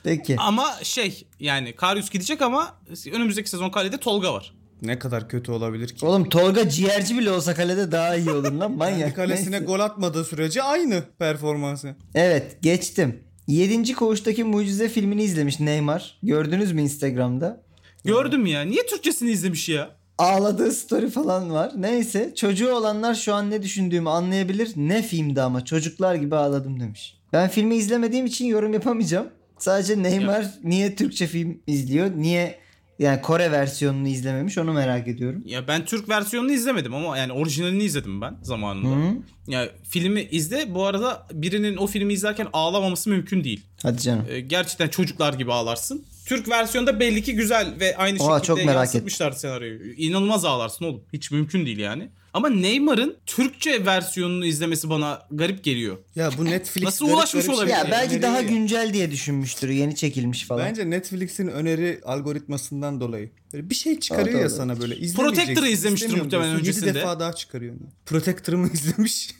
S4: Peki.
S2: Ama şey yani Karius gidecek ama önümüzdeki sezon kalede Tolga var.
S3: Ne kadar kötü olabilir ki?
S4: Oğlum Tolga ciğerci bile olsa kalede daha iyi olur lan
S3: Kendi
S4: manyak.
S3: kalesine
S4: Neyse.
S3: gol atmadığı sürece aynı performansı.
S4: Evet geçtim. 7. Koğuş'taki Mucize filmini izlemiş Neymar. Gördünüz mü Instagram'da?
S2: Gördüm ya. Niye Türkçesini izlemiş ya?
S4: Ağladığı story falan var. Neyse çocuğu olanlar şu an ne düşündüğümü anlayabilir. Ne filmdi ama çocuklar gibi ağladım demiş. Ben filmi izlemediğim için yorum yapamayacağım. Sadece Neymar niye Türkçe film izliyor? Niye yani Kore versiyonunu izlememiş onu merak ediyorum.
S2: Ya ben Türk versiyonunu izlemedim ama yani orijinalini izledim ben zamanında.
S4: Hı?
S2: Ya filmi izle. Bu arada birinin o filmi izlerken ağlamaması mümkün değil.
S4: Hadi canım.
S2: Ee, gerçekten çocuklar gibi ağlarsın. Türk versiyonda belli ki güzel ve aynı
S4: Oha,
S2: şekilde
S4: çok merak
S2: yansıtmışlar senaryoyu. İnanılmaz ağlarsın oğlum. Hiç mümkün değil yani. Ama Neymar'ın Türkçe versiyonunu izlemesi bana garip geliyor.
S3: Ya bu Netflix
S2: Nasıl
S3: garip
S2: ulaşmış
S3: garip
S2: olabilir?
S3: şeyler
S4: Ya belki daha
S3: öneriyor ya.
S4: güncel diye düşünmüştür. Yeni çekilmiş falan.
S3: Bence Netflix'in öneri algoritmasından dolayı. Böyle bir şey çıkarıyor
S4: Doğru,
S3: ya
S4: doğru.
S3: sana böyle.
S2: Protector'ı izlemiştir muhtemelen öncesinde.
S3: 7 defa daha çıkarıyor. Protector'ı mı izlemiş?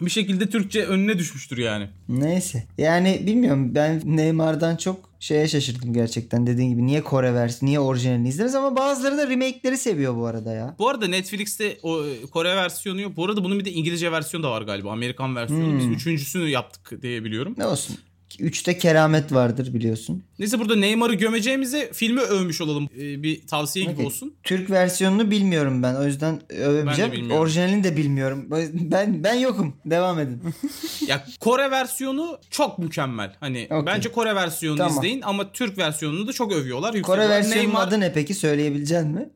S2: Bir şekilde Türkçe önüne düşmüştür yani.
S4: Neyse. Yani bilmiyorum ben Neymar'dan çok şeye şaşırdım gerçekten. Dediğin gibi niye Kore versiyonu, niye orijinalini izleriz ama bazıları da remake'leri seviyor bu arada ya.
S2: Bu arada Netflix'te o e, Kore versiyonu yok. Bu arada bunun bir de İngilizce versiyonu da var galiba. Amerikan versiyonu. Biz
S4: Hmm.
S2: üçüncüsünü yaptık diye biliyorum.
S4: Ne olsun. Üçte keramet vardır biliyorsun.
S2: Neyse burada Neymar'ı gömeceğimize filmi övmüş olalım. E, bir tavsiye gibi
S4: Okey.
S2: olsun.
S4: Türk versiyonunu bilmiyorum ben. O yüzden
S2: Ben de
S4: övemeyeceğim.
S2: bilmiyorum.
S4: Orijinalini de bilmiyorum. Ben ben yokum. Devam edin.
S2: Ya Kore versiyonu çok mükemmel. Hani
S4: Okey.
S2: bence Kore versiyonunu
S4: Tamam.
S2: izleyin ama Türk versiyonunu da çok övüyorlar.
S4: Kore
S2: yükseliyorlar.
S4: versiyonunun adı ne peki söyleyebilecek mi?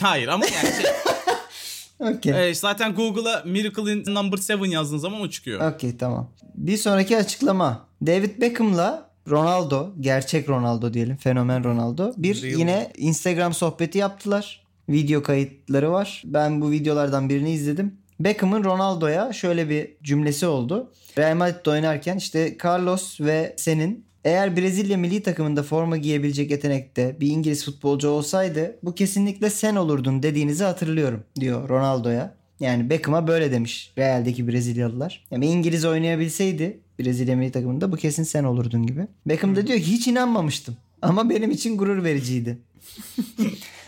S2: Hayır ama yani şey,
S4: Okey.
S2: e, zaten Google'a Miracle in Number 7 yazdığın zaman o çıkıyor.
S4: Okey tamam. Bir sonraki açıklama. David Beckham'la Ronaldo, gerçek Ronaldo diyelim, fenomen Ronaldo. Bir
S3: Real.
S4: yine Instagram sohbeti yaptılar. Video kayıtları var. Ben bu videolardan birini izledim. Beckham'ın Ronaldo'ya şöyle bir cümlesi oldu. Real Madrid'de oynarken işte Carlos ve senin eğer Brezilya milli takımında forma giyebilecek yetenekte bir İngiliz futbolcu olsaydı bu kesinlikle sen olurdun dediğinizi hatırlıyorum diyor Ronaldo'ya. Yani Beckham'a böyle demiş Real'deki Brezilyalılar. Yani İngiliz oynayabilseydi Brezilya milli takımında bu kesin sen olurdun gibi. Beckham da diyor ki, hiç inanmamıştım ama benim için gurur vericiydi.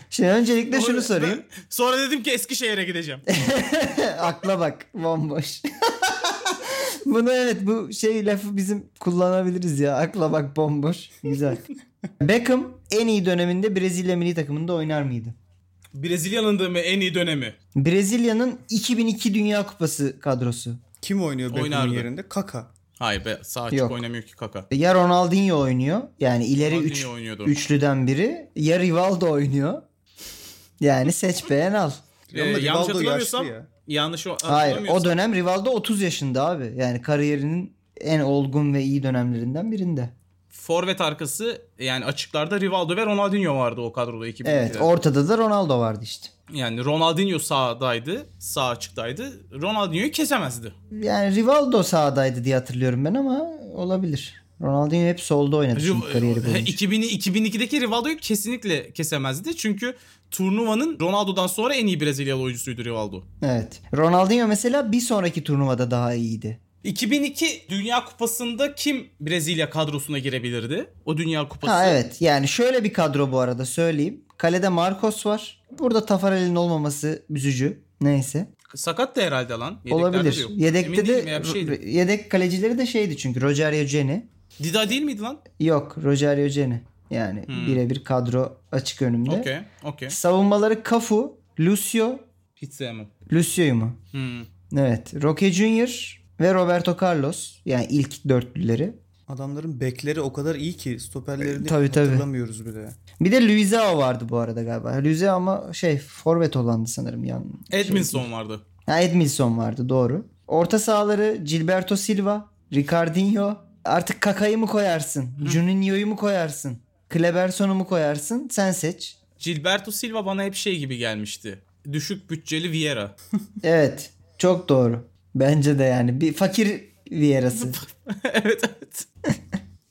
S4: Şimdi öncelikle şunu sorayım.
S2: Sonra dedim ki Eskişehir'e gideceğim.
S4: Akla bak bomboş. Bunu evet bu şey lafı bizim kullanabiliriz ya. Akla bak bomboş. Güzel. Beckham en iyi döneminde Brezilya milli takımında oynar mıydı?
S2: Brezilya'nın da mı en iyi dönemi?
S4: Brezilya'nın 2002 Dünya Kupası kadrosu.
S3: Kim oynuyor Beckham'ın
S2: Oynardı.
S3: yerinde? Kaka.
S2: Hayır be sağ açık
S4: Yok.
S2: oynamıyor ki kaka.
S4: Ya Ronaldinho oynuyor. Yani ileri
S2: Ronaldinho
S4: üç,
S2: oynuyordu.
S4: üçlüden biri. Ya Rivaldo oynuyor. Yani seç beğen al.
S2: Ee,
S3: Ama
S2: yanlış
S3: Rivaldo
S2: hatırlamıyorsam
S3: yaşlı ya.
S2: yanlış o-
S4: Hayır o
S2: hatırlamıyorsam-
S4: dönem Rivaldo 30 yaşında abi. Yani kariyerinin en olgun ve iyi dönemlerinden birinde.
S2: forvet arkası yani açıklarda Rivaldo ve Ronaldinho vardı o kadroda 2002'de.
S4: Evet ortada da Ronaldo vardı işte.
S2: Yani Ronaldinho sağdaydı, sağ açıktaydı. Ronaldinho'yu kesemezdi.
S4: Yani Rivaldo sağdaydı diye hatırlıyorum ben ama olabilir. Ronaldinho hep solda oynadı çünkü kariyeri
S2: Riv-
S4: boyunca.
S2: 2000 2002'deki Rivaldo'yu kesinlikle kesemezdi. Çünkü turnuvanın Ronaldo'dan sonra en iyi Brezilyalı oyuncusuydu Rivaldo.
S4: Evet. Ronaldinho mesela bir sonraki turnuvada daha iyiydi.
S2: 2002 Dünya Kupası'nda kim Brezilya kadrosuna girebilirdi? O Dünya Kupası.
S4: Ha evet yani şöyle bir kadro bu arada söyleyeyim. Kalede Marcos var. Burada Tafarel'in olmaması üzücü. Neyse.
S2: Sakat da herhalde lan. Yedeklerde de
S4: olabilir.
S2: yok.
S4: Yedekte
S2: Emin
S4: de
S2: değilim ya, bir şeydi.
S4: yedek kalecileri de şeydi çünkü Rogerio Ceni.
S2: Dida değil miydi lan?
S4: Yok Rogerio Ceni. Yani birebir kadro açık önümde.
S2: Hmm. Okey, okey.
S4: Savunmaları Cafu, Lucio,
S2: Hiç sevmem.
S4: Lucio'yu mu?
S2: Hmm.
S4: Evet. Roque Junior ve Roberto Carlos. Yani ilk dörtlüleri.
S3: Adamların bekleri o kadar iyi ki stoperlerini
S4: Tabii, tabii.
S3: hatırlamıyoruz bile.
S4: Bir de Luizao vardı bu arada galiba. Luizao ama şey forvet olandı sanırım. Yan,
S2: Edminson vardı.
S4: Ha, Edmilson vardı doğru. Orta sahaları Gilberto Silva, Ricardinho. Artık Kaka'yı mı koyarsın? Juninho'yu mu koyarsın? Kleberson'u mu koyarsın? Sen seç.
S2: Gilberto Silva bana hep şey gibi gelmişti. Düşük bütçeli Vieira.
S4: Evet. Çok doğru. Bence de yani. Bir fakir Viera'sı.
S2: evet evet.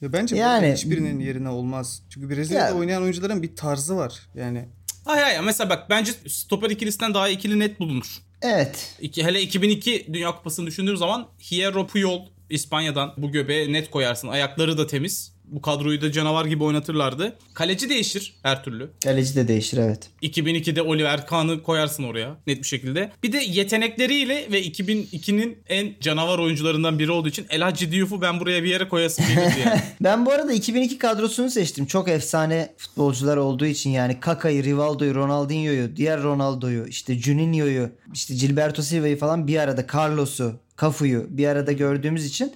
S3: Ya bence
S4: Yani-
S3: yani, hiçbirinin yerine olmaz. Çünkü Brezilya'da
S4: Ya-
S3: oynayan oyuncuların bir tarzı var. Yani
S2: Ay ay mesela bak bence stoper ikilisinden daha ikili net bulunur.
S4: Evet.
S2: İki, hele 2002 Dünya Kupası'nı düşündüğüm zaman Hierro Puyol İspanya'dan bu göbeğe net koyarsın. Ayakları da temiz. Bu kadroyu da canavar gibi oynatırlardı. Kaleci değişir her türlü.
S4: Kaleci de değişir evet.
S2: 2002'de Oliver Kahn'ı koyarsın oraya net bir şekilde. Bir de yetenekleriyle ve 2002'nin en canavar oyuncularından biri olduğu için El Hadji Diouf'u ben buraya bir yere koyasım gelirdi yani.
S4: Ben bu arada 2002 kadrosunu seçtim. Çok efsane futbolcular olduğu için yani Kaka'yı, Rivaldo'yu, Ronaldinho'yu, diğer Ronaldo'yu, işte Juninho'yu, işte Gilberto Silva'yı falan bir arada Carlos'u, Cafu'yu bir arada gördüğümüz için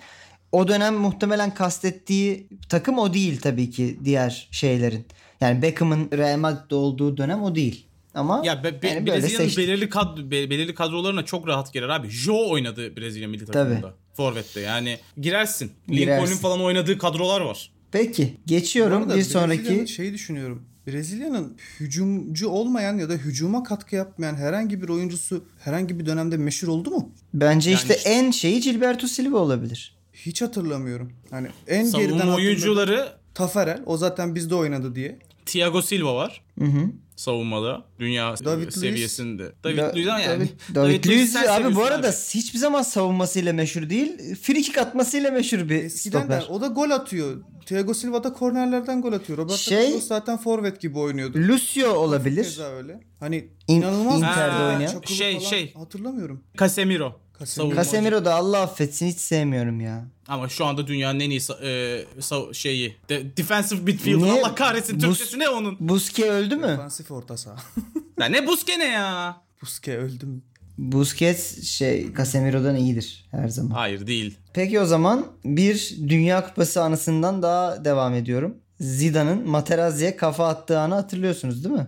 S4: o dönem muhtemelen kastettiği takım o değil tabii ki diğer şeylerin. Yani Beckham'ın Real Madrid'de olduğu dönem o değil. Ama
S2: Ya be, be-
S4: yani böyle
S2: Brezilya'nın
S4: seçtim.
S2: belirli kadro be- belirli kadrolarına çok rahat girer abi. Jo oynadı Brezilya milli takımında. Forvet'te yani girersin.
S4: Girersin.
S2: Lincoln'un falan oynadığı kadrolar var.
S4: Peki
S3: Bu
S4: geçiyorum
S3: arada
S4: bir
S3: Brezilya'nın
S4: sonraki.
S3: şeyi düşünüyorum. Brezilya'nın hücumcu olmayan ya da hücuma katkı yapmayan herhangi bir oyuncusu herhangi bir dönemde meşhur oldu mu?
S4: Bence
S2: Yani
S4: işte
S2: işte-
S4: en şeyi Gilberto Silva olabilir.
S3: Hiç hatırlamıyorum. Hani en geriden
S2: Savunma
S3: hatırladığım
S2: oyuncuları
S3: Taferel o zaten bizde oynadı diye.
S2: Thiago Silva var.
S4: Hı hı.
S2: savunmada. Dünya
S3: David Luiz.
S2: seviyesinde. David
S4: Da-
S2: Luiz ama yani.
S4: David, David,
S2: Luiz
S4: Luiz
S2: serseri
S4: abi
S2: üstü
S4: bu arada hiçbir zaman savunmasıyla meşhur değil. Frikik atmasıyla meşhur bir
S3: Eskiden
S4: stoper.
S3: de o da gol atıyor. Thiago Silva da kornerlerden gol atıyor. Roberto
S4: Şey-
S3: Carlos zaten forvet gibi oynuyordu.
S4: Lucio olabilir.
S3: Keza öyle. Hani
S4: İn-
S3: inanılmaz bir
S4: Inter'de
S3: toplar,
S4: oynayan.
S3: çakılı
S2: Şey,
S3: falan.
S2: şey.
S3: Hatırlamıyorum.
S2: Casemiro.
S3: Casemiro.
S2: Savunma.
S4: Casemiro da Allah affetsin hiç sevmiyorum ya.
S2: Ama şu anda dünyanın en iyi sa- e, sa- şeyi. De- defensive midfielder.
S4: Niye?
S2: Allah kahretsin.
S4: Bus-
S2: Türkçesi ne onun?
S4: Busquets öldü mü?
S3: Defansif orta saha.
S2: Ya ne Buskene ya?
S3: Buske öldüm.
S4: Busquets şey Casemiro'dan iyidir her zaman.
S2: Hayır değil.
S4: Peki o zaman bir Dünya Kupası anısından daha devam ediyorum. Zidane'ın Materazzi'ye kafa attığı anı hatırlıyorsunuz değil mi?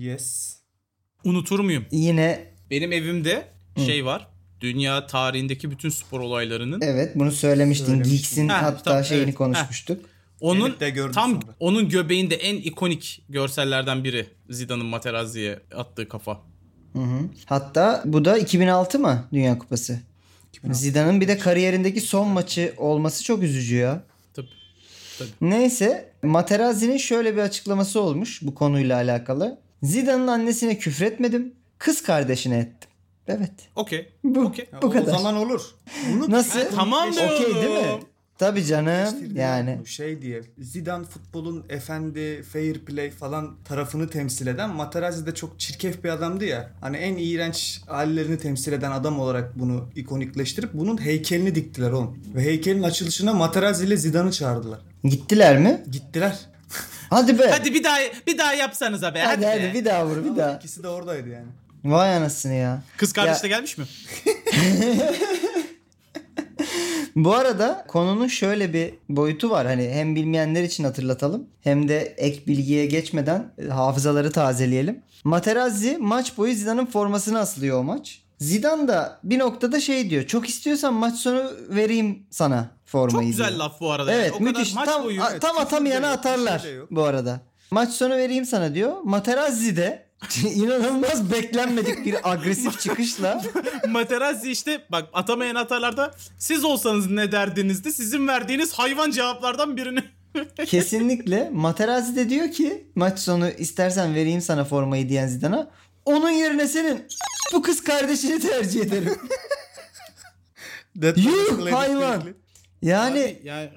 S3: Yes.
S2: Unutur muyum?
S4: Yine
S2: Benim evimde şey var. Dünya tarihindeki bütün spor olaylarının.
S4: evet bunu söylemiştin.
S3: Söylemiştim.
S4: Geeks'in
S2: Ha,
S4: hatta
S2: tamam,
S4: şeyini
S2: evet.
S4: konuşmuştuk.
S2: Onun
S3: Gelip de gördüm
S2: tam
S3: sonra.
S2: onun göbeğinde en ikonik görsellerden biri Zidane'ın Materazzi'ye attığı kafa.
S4: Hı hı. Hatta bu da 2006 mı Dünya Kupası? Zidane'ın bir de kariyerindeki son maçı olması çok üzücü ya.
S2: Tabii.
S4: Neyse Materazzi'nin şöyle bir açıklaması olmuş bu konuyla alakalı. Zidane'ın annesine küfretmedim. Kız kardeşine ettim. Evet.
S2: Okey.
S4: Bu,
S2: Okey.
S3: Ya
S4: bu
S3: o
S4: kadar.
S3: zaman olur. Bunu
S4: Nasıl?
S2: Tamam be
S4: Okey değil mi?
S2: oğlum.
S4: Tabii canım
S3: eleştirdi
S4: yani.
S3: Bu şey diye Zidane futbolun efendi, fair play falan tarafını temsil eden Materazzi de çok çirkef bir adamdı ya. Hani en iğrenç hallerini temsil eden adam olarak bunu ikonikleştirip bunun heykelini diktiler oğlum. Ve heykelin açılışına Materazzi ile Zidane'ı çağırdılar.
S4: Gittiler mi?
S3: Gittiler.
S4: Hadi be. Hadi
S2: Hadi bir daha bir daha yapsanıza be. Hadi,
S4: hadi,
S2: be.
S4: bir daha vur bir daha.
S3: İkisi de oradaydı yani.
S4: Vay anasını ya.
S2: Kız kardeş de gelmiş mi?
S4: Bu arada konunun şöyle bir boyutu var. Hani hem bilmeyenler için hatırlatalım hem de ek bilgiye geçmeden e, hafızaları tazeleyelim. Materazzi maç boyu Zidane'ın formasını asılıyor o maç. Zidane da bir noktada şey diyor. Çok istiyorsan maç sonu vereyim sana
S2: Çok
S4: formayı.
S2: güzel
S4: diyor.
S2: laf bu arada.
S4: Evet
S2: o
S4: müthiş.
S2: kadar maç
S4: tam,
S2: boyu.
S4: a-
S3: evet,
S4: tam
S3: küfür de
S4: atamayana
S3: yok, bir şey
S4: atarlar
S3: de yok.
S4: bu arada. Maç sonu vereyim sana diyor. Materazzi de inanılmaz beklenmedik bir agresif çıkışla
S2: Materazzi işte bak atamayan hatalarda siz olsanız ne derdinizdi? Sizin verdiğiniz hayvan cevaplardan birini.
S4: Kesinlikle. Materazzi de diyor ki maç sonu istersen vereyim sana formayı diyen Zidane'a. Onun yerine senin bu kız kardeşini tercih ederim. Yuh hayvan. Yani
S2: yani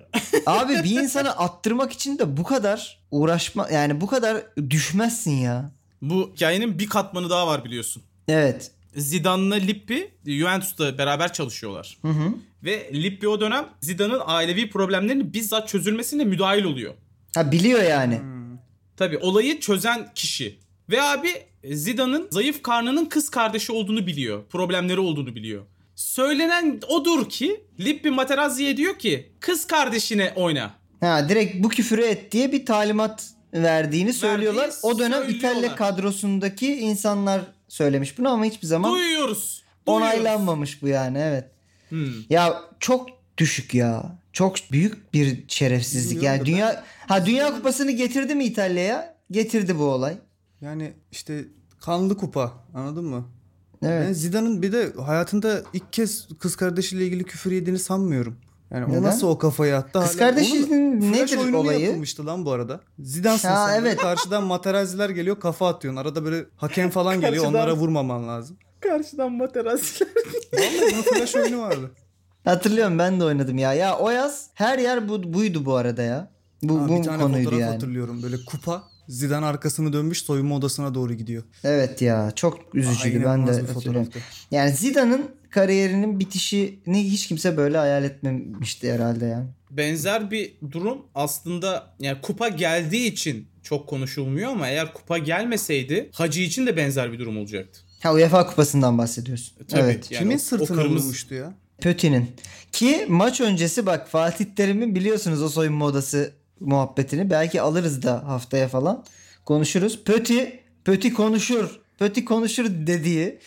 S4: abi, bir insana attırmak için de bu kadar uğraşma yani bu kadar düşmezsin ya.
S2: bu hikayenin bir katmanı daha var biliyorsun.
S4: Evet.
S2: Zidane'la Lippi e, Juventus'ta beraber çalışıyorlar.
S4: Hı hı.
S2: Ve Lippi o dönem Zidane'ın ailevi problemlerinin bizzat çözülmesine müdahil oluyor.
S4: Ha biliyor yani.
S3: Hmm.
S2: Tabii olayı çözen kişi. Ve abi e, Zidane'ın zayıf karnının kız kardeşi olduğunu biliyor. Problemleri olduğunu biliyor. Söylenen odur ki Lippi Materazzi'ye diyor ki kız kardeşine oyna.
S4: Ha direkt bu küfürü et diye bir talimat verdiğini söylüyorlar. o dönem
S2: söylüyorlar.
S4: İtalya kadrosundaki insanlar söylemiş bunu ama hiçbir zaman
S2: Duyuyoruz. duyuyoruz.
S4: onaylanmamış bu yani evet.
S2: Hmm.
S4: Ya çok düşük ya. Çok büyük bir şerefsizlik.
S3: Bilmiyorum
S4: Yani
S3: da
S4: dünya ha dünya kupasını getirdi mi İtalya'ya? Getirdi bu olay.
S3: Yani işte kanlı kupa anladın mı? Ben
S4: Evet.
S3: Zidane'ın bir de hayatında ilk kez kız kardeşiyle ilgili küfür yediğini sanmıyorum. Yani
S4: Neden?
S3: o nasıl o kafayı attı?
S4: Kız
S3: hala-
S4: kardeşinin
S3: Onun
S4: nedir
S3: flash oyununu
S4: olayı?
S3: yapılmıştı lan bu arada. Zidane'sın
S4: Ha,
S3: sen.
S4: evet.
S3: Evet. Karşıdan materaziler geliyor kafa atıyorsun. Arada böyle hakem falan geliyor
S2: Karşıdan-
S3: onlara vurmaman lazım.
S2: Karşıdan Materazzi'ler.
S3: Vallahi bunun flash oyunu vardı.
S4: Hatırlıyorum ben de oynadım ya. Ya o yaz her yer bu, buydu bu arada ya. Bu,
S3: Ha,
S4: bu
S3: bir tane
S4: konuydu
S3: fotoğraf
S4: yani.
S3: hatırlıyorum böyle kupa. Zidane arkasını dönmüş soyunma odasına doğru gidiyor.
S4: Evet ya çok üzücüydü ben de
S3: İnanılmaz bir
S4: hatırlıyorum.
S3: fotoğraftı.
S4: Yani Zidane'ın kariyerinin bitişini hiç kimse böyle hayal etmemişti herhalde yani.
S2: Benzer bir durum aslında yani kupa geldiği için çok konuşulmuyor ama eğer kupa gelmeseydi Hacı için de benzer bir durum olacaktı.
S4: Ha UEFA kupasından bahsediyorsun.
S2: Tabii.
S4: evet.
S2: Yani
S3: Kimin
S2: o- o
S3: sırtına
S2: kırmızı-
S3: vurmuştu ya?
S4: Pötin'in. Ki maç öncesi bak Fatih Terim'in biliyorsunuz o soyunma odası muhabbetini. Belki alırız da haftaya falan konuşuruz. Pöti, Pöti konuşur, Pöti konuşur dediği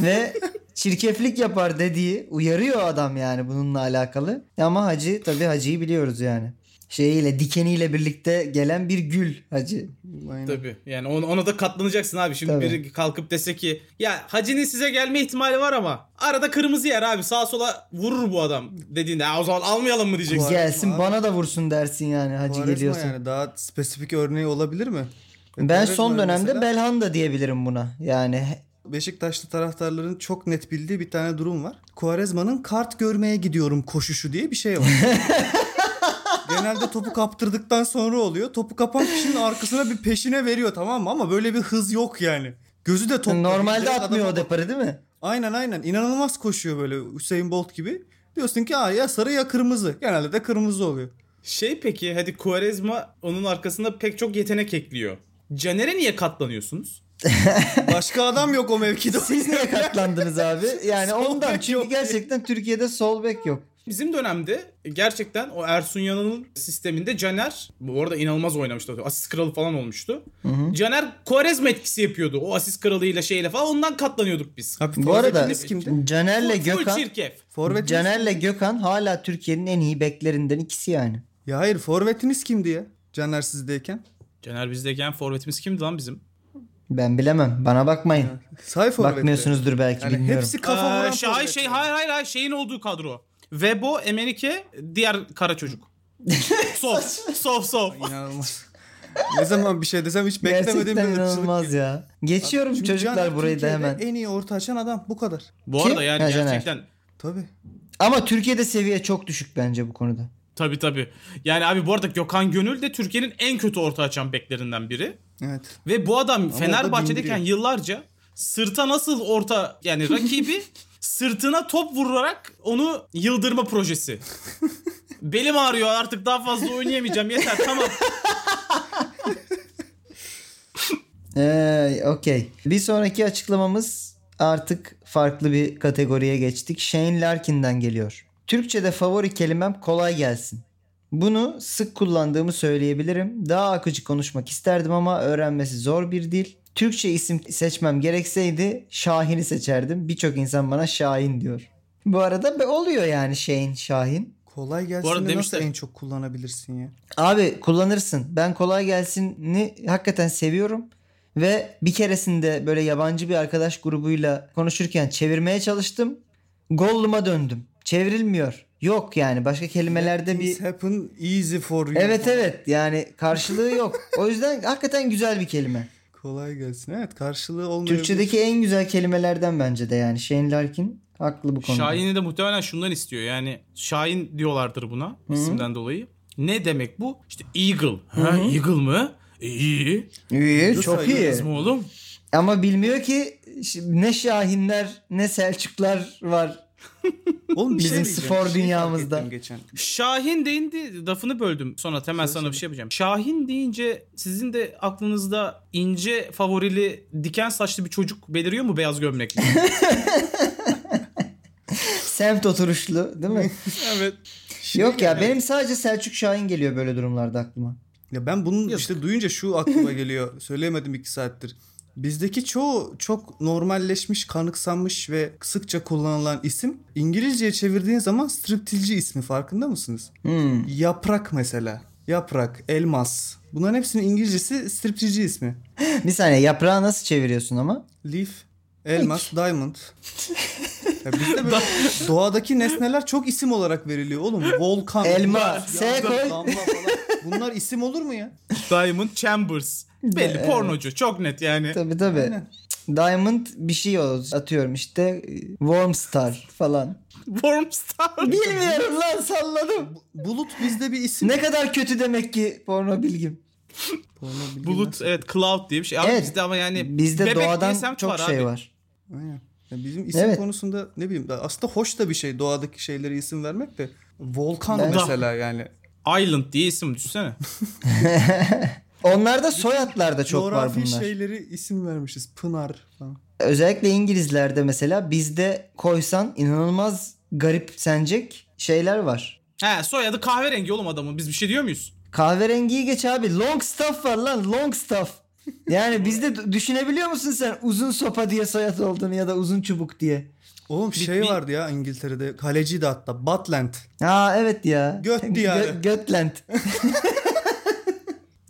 S4: ve çirkeflik yapar dediği uyarıyor adam yani bununla alakalı. Ama Hacı tabii Hacı'yı biliyoruz yani. Şeyiyle dikeniyle birlikte gelen bir gül Hacı.
S3: Aynen.
S2: Tabii yani ona, ona da katlanacaksın abi. Şimdi
S4: Tabii.
S2: biri kalkıp dese ki ya Hacı'nin size gelme ihtimali var ama arada kırmızı yer abi sağa sola vurur bu adam dediğinde "Aa, o zaman almayalım mı diyeceksin.
S4: Gelsin
S3: abi.
S4: bana da vursun dersin yani Hacı
S3: Quaresma
S4: geliyorsun.
S3: yani daha spesifik örneği olabilir mi?
S4: Ben
S3: Devlet
S4: son
S3: var
S4: dönemde
S3: mesela.
S4: Belhanda diyebilirim buna. Yani he-
S3: Beşiktaşlı taraftarların çok net bildiği bir tane durum var. Kuarezma'nın kart görmeye gidiyorum koşuşu diye bir şey var. Genelde topu kaptırdıktan sonra oluyor. Topu kapan kişinin arkasına bir peşine veriyor tamam mı? Ama böyle bir hız yok yani. Gözü de topta.
S4: normalde
S3: Direkt
S4: atmıyor
S3: adama
S4: o deparı değil mi?
S3: Aynen aynen. İnanılmaz koşuyor böyle Hüseyin Bolt gibi. Diyorsun ki "Aa, ya sarı ya kırmızı. Genelde de kırmızı oluyor.
S2: Şey peki hadi Quaresma onun arkasında pek çok yetenek ekliyor. Caner'e niye katlanıyorsunuz?
S3: Başka adam yok o mevkide.
S4: Siz niye katlandınız abi? Yani
S3: Sol
S4: ondan
S3: bek
S4: çünkü
S3: yok.
S4: gerçekten Türkiye'de sol bek yok.
S2: Bizim dönemde gerçekten o Ersun Yanal'ın sisteminde Caner bu arada inanılmaz oynamıştı. Asist kralı falan olmuştu. Caner Quaresma etkisi yapıyordu. O asist kralıyla şeyle falan ondan katlanıyorduk biz.
S3: Abi,
S4: Bu arada
S3: forvetiniz kimdi?
S4: Caner'le
S2: Full- full
S4: Gökhan
S2: çirkef.
S3: Forvetiniz-
S4: Caner'le Gökhan hala Türkiye'nin en iyi beklerinden ikisi yani.
S3: Ya hayır forvetiniz kimdi ya? Caner sizdeyken.
S2: Caner bizdeyken forvetimiz kimdi lan bizim?
S4: Ben bilemem. Bana bakmayın.
S3: Say forvetti.
S4: Bakmıyorsunuzdur belki
S3: Yani
S4: bilmiyorum.
S3: hepsi kafa
S2: Ee,
S3: vuran
S2: şey, hayır,
S3: forvet.
S2: şey, hayır hayır hayır şeyin olduğu kadro. Vebo, Emenike, diğer kara çocuk. sof, sof, sof.
S3: İnanılmaz. ne zaman bir şey desem hiç beklemediğim
S4: Gerçekten
S3: bir ırkçılık.
S4: inanılmaz ya. Geçiyorum
S3: Çünkü
S4: çocuklar
S3: Caner
S4: burayı da
S3: Türkiye'de
S4: hemen.
S3: En iyi orta açan adam bu kadar.
S2: Bu
S4: Kim?
S2: arada yani
S4: Ha, Caner.
S2: gerçekten
S3: Tabii.
S4: Ama Türkiye'de seviye çok düşük bence bu konuda.
S2: Tabi tabi. Yani abi bu arada Gökhan Gönül de Türkiye'nin en kötü orta açan beklerinden biri.
S3: Evet.
S2: Ve bu adam
S3: da
S2: Fenerbahçe'deyken
S3: bindiriyor.
S2: yıllarca sırta nasıl orta yani rakibi sırtına top vurarak onu yıldırma projesi. Belim ağrıyor artık daha fazla oynayamayacağım yeter tamam.
S4: Ee, Okey. Bir sonraki açıklamamız artık farklı bir kategoriye geçtik. Shane Larkin'den geliyor. Türkçe'de favori kelimem kolay gelsin. Bunu sık kullandığımı söyleyebilirim. Daha akıcı konuşmak isterdim ama öğrenmesi zor bir dil. Türkçe isim seçmem gerekseydi Şahin'i seçerdim. Birçok insan bana Şahin diyor. Bu arada be- oluyor yani Shane, Şahin.
S3: Kolay gelsin
S2: Bu arada
S3: de
S2: demişler-
S3: nasıl en çok kullanabilirsin ya?
S4: Abi kullanırsın. Ben kolay gelsin'i hakikaten seviyorum. Ve bir keresinde böyle yabancı bir arkadaş grubuyla konuşurken çevirmeye çalıştım. Gollum'a döndüm. Çevrilmiyor. Yok yani başka kelimelerde bir...
S3: Things happen easy for you.
S4: Evet evet yani karşılığı yok. O yüzden hakikaten güzel bir kelime.
S3: Kolay gelsin. Evet karşılığı olmuyor.
S4: Türkçedeki en güzel kelimelerden bence de yani. Shane Larkin haklı bu konuda.
S2: Şahin'i de muhtemelen şundan istiyor yani Şahin diyorlardır buna isimden dolayı. Ne demek bu? İşte Eagle. Ha, Eagle mı? E, İyi.
S4: İyi, çok iyi.
S2: Kız mı oğlum?
S4: Ama bilmiyor ki ş- ne Şahinler ne Selçuklar var.
S3: Oğlum bir şey
S4: Bizim
S3: diyeceğim.
S4: spor
S3: Bir şey
S4: dünyamızda.
S3: fark ettim Geçen.
S2: Şahin deyince lafını böldüm. Sonra temel sana bir şey yapacağım. Şahin deyince sizin de aklınızda ince favorili diken saçlı bir çocuk beliriyor mu beyaz gömlekli?
S4: Semt oturuşlu değil mi?
S2: evet.
S4: Yok ya benim sadece Selçuk Şahin geliyor böyle durumlarda aklıma.
S3: Ya ben bunun
S2: Yazık.
S3: işte duyunca şu aklıma geliyor. Söyleyemedim iki saattir. Bizdeki çoğu çok normalleşmiş, kanıksanmış ve sıkça kullanılan isim İngilizceye çevirdiğin zaman striptilci ismi farkında mısınız?
S4: Hmm.
S3: Yaprak mesela. Yaprak, elmas. Bunların hepsinin İngilizcesi striptilci ismi.
S4: Bir saniye yaprağı nasıl çeviriyorsun ama?
S3: Leaf, elmas, diamond. Ya bizde böyle doğadaki nesneler çok isim olarak veriliyor oğlum. Volkan,
S4: Elma,
S3: yağmur,
S4: S
S3: yağmur,
S4: koy.
S3: damla falan. Bunlar isim olur mu ya?
S2: Diamond Chambers. Belli
S4: Evet.
S2: pornocu çok net yani.
S4: Tabii tabii.
S3: Aynen.
S4: Diamond bir şey o atıyorum işte e, Warm Star falan.
S2: Wormstar.
S4: Bilmiyorum lan salladım.
S3: Bulut bizde bir isim.
S4: Ne kadar kötü demek ki porno bilgim.
S3: Porno bilgim yok.
S2: Bulut evet cloud diye bir şey. Abi
S4: Evet.
S2: bizde ama yani
S4: Bizde
S2: bebek diye
S4: doğadan
S2: semt
S4: çok
S2: var
S4: şey
S2: abi.
S4: var.
S3: Aynen. Ya bizim isim
S4: Evet.
S3: konusunda ne bileyim daha- aslında hoş da bir şey doğadaki şeylere isim vermek de. Volkan
S4: Ben-
S3: mesela yani.
S2: Island diye isim düşünsene.
S4: Onlarda soyadlarda çok var
S3: Coğrafi şey-
S4: bunlar.
S3: şeyleri isim vermişiz. Pınar falan.
S4: Özellikle İngilizlerde mesela bizde koysan inanılmaz garip senecek şeyler var.
S2: He soyadı kahverengi oğlum adamın. Biz bir şey diyor muyuz?
S4: Kahverengiyi geç abi. Long stuff var lan long stuff. Yani bizde d- düşünebiliyor musun sen uzun sopa diye soyad olduğunu ya da uzun çubuk diye.
S3: Oğlum şey
S2: bir-
S3: vardı ya İngiltere'de kaleciydi hatta Butland.
S4: Aa evet ya.
S3: Göt diyarı.
S4: Götland.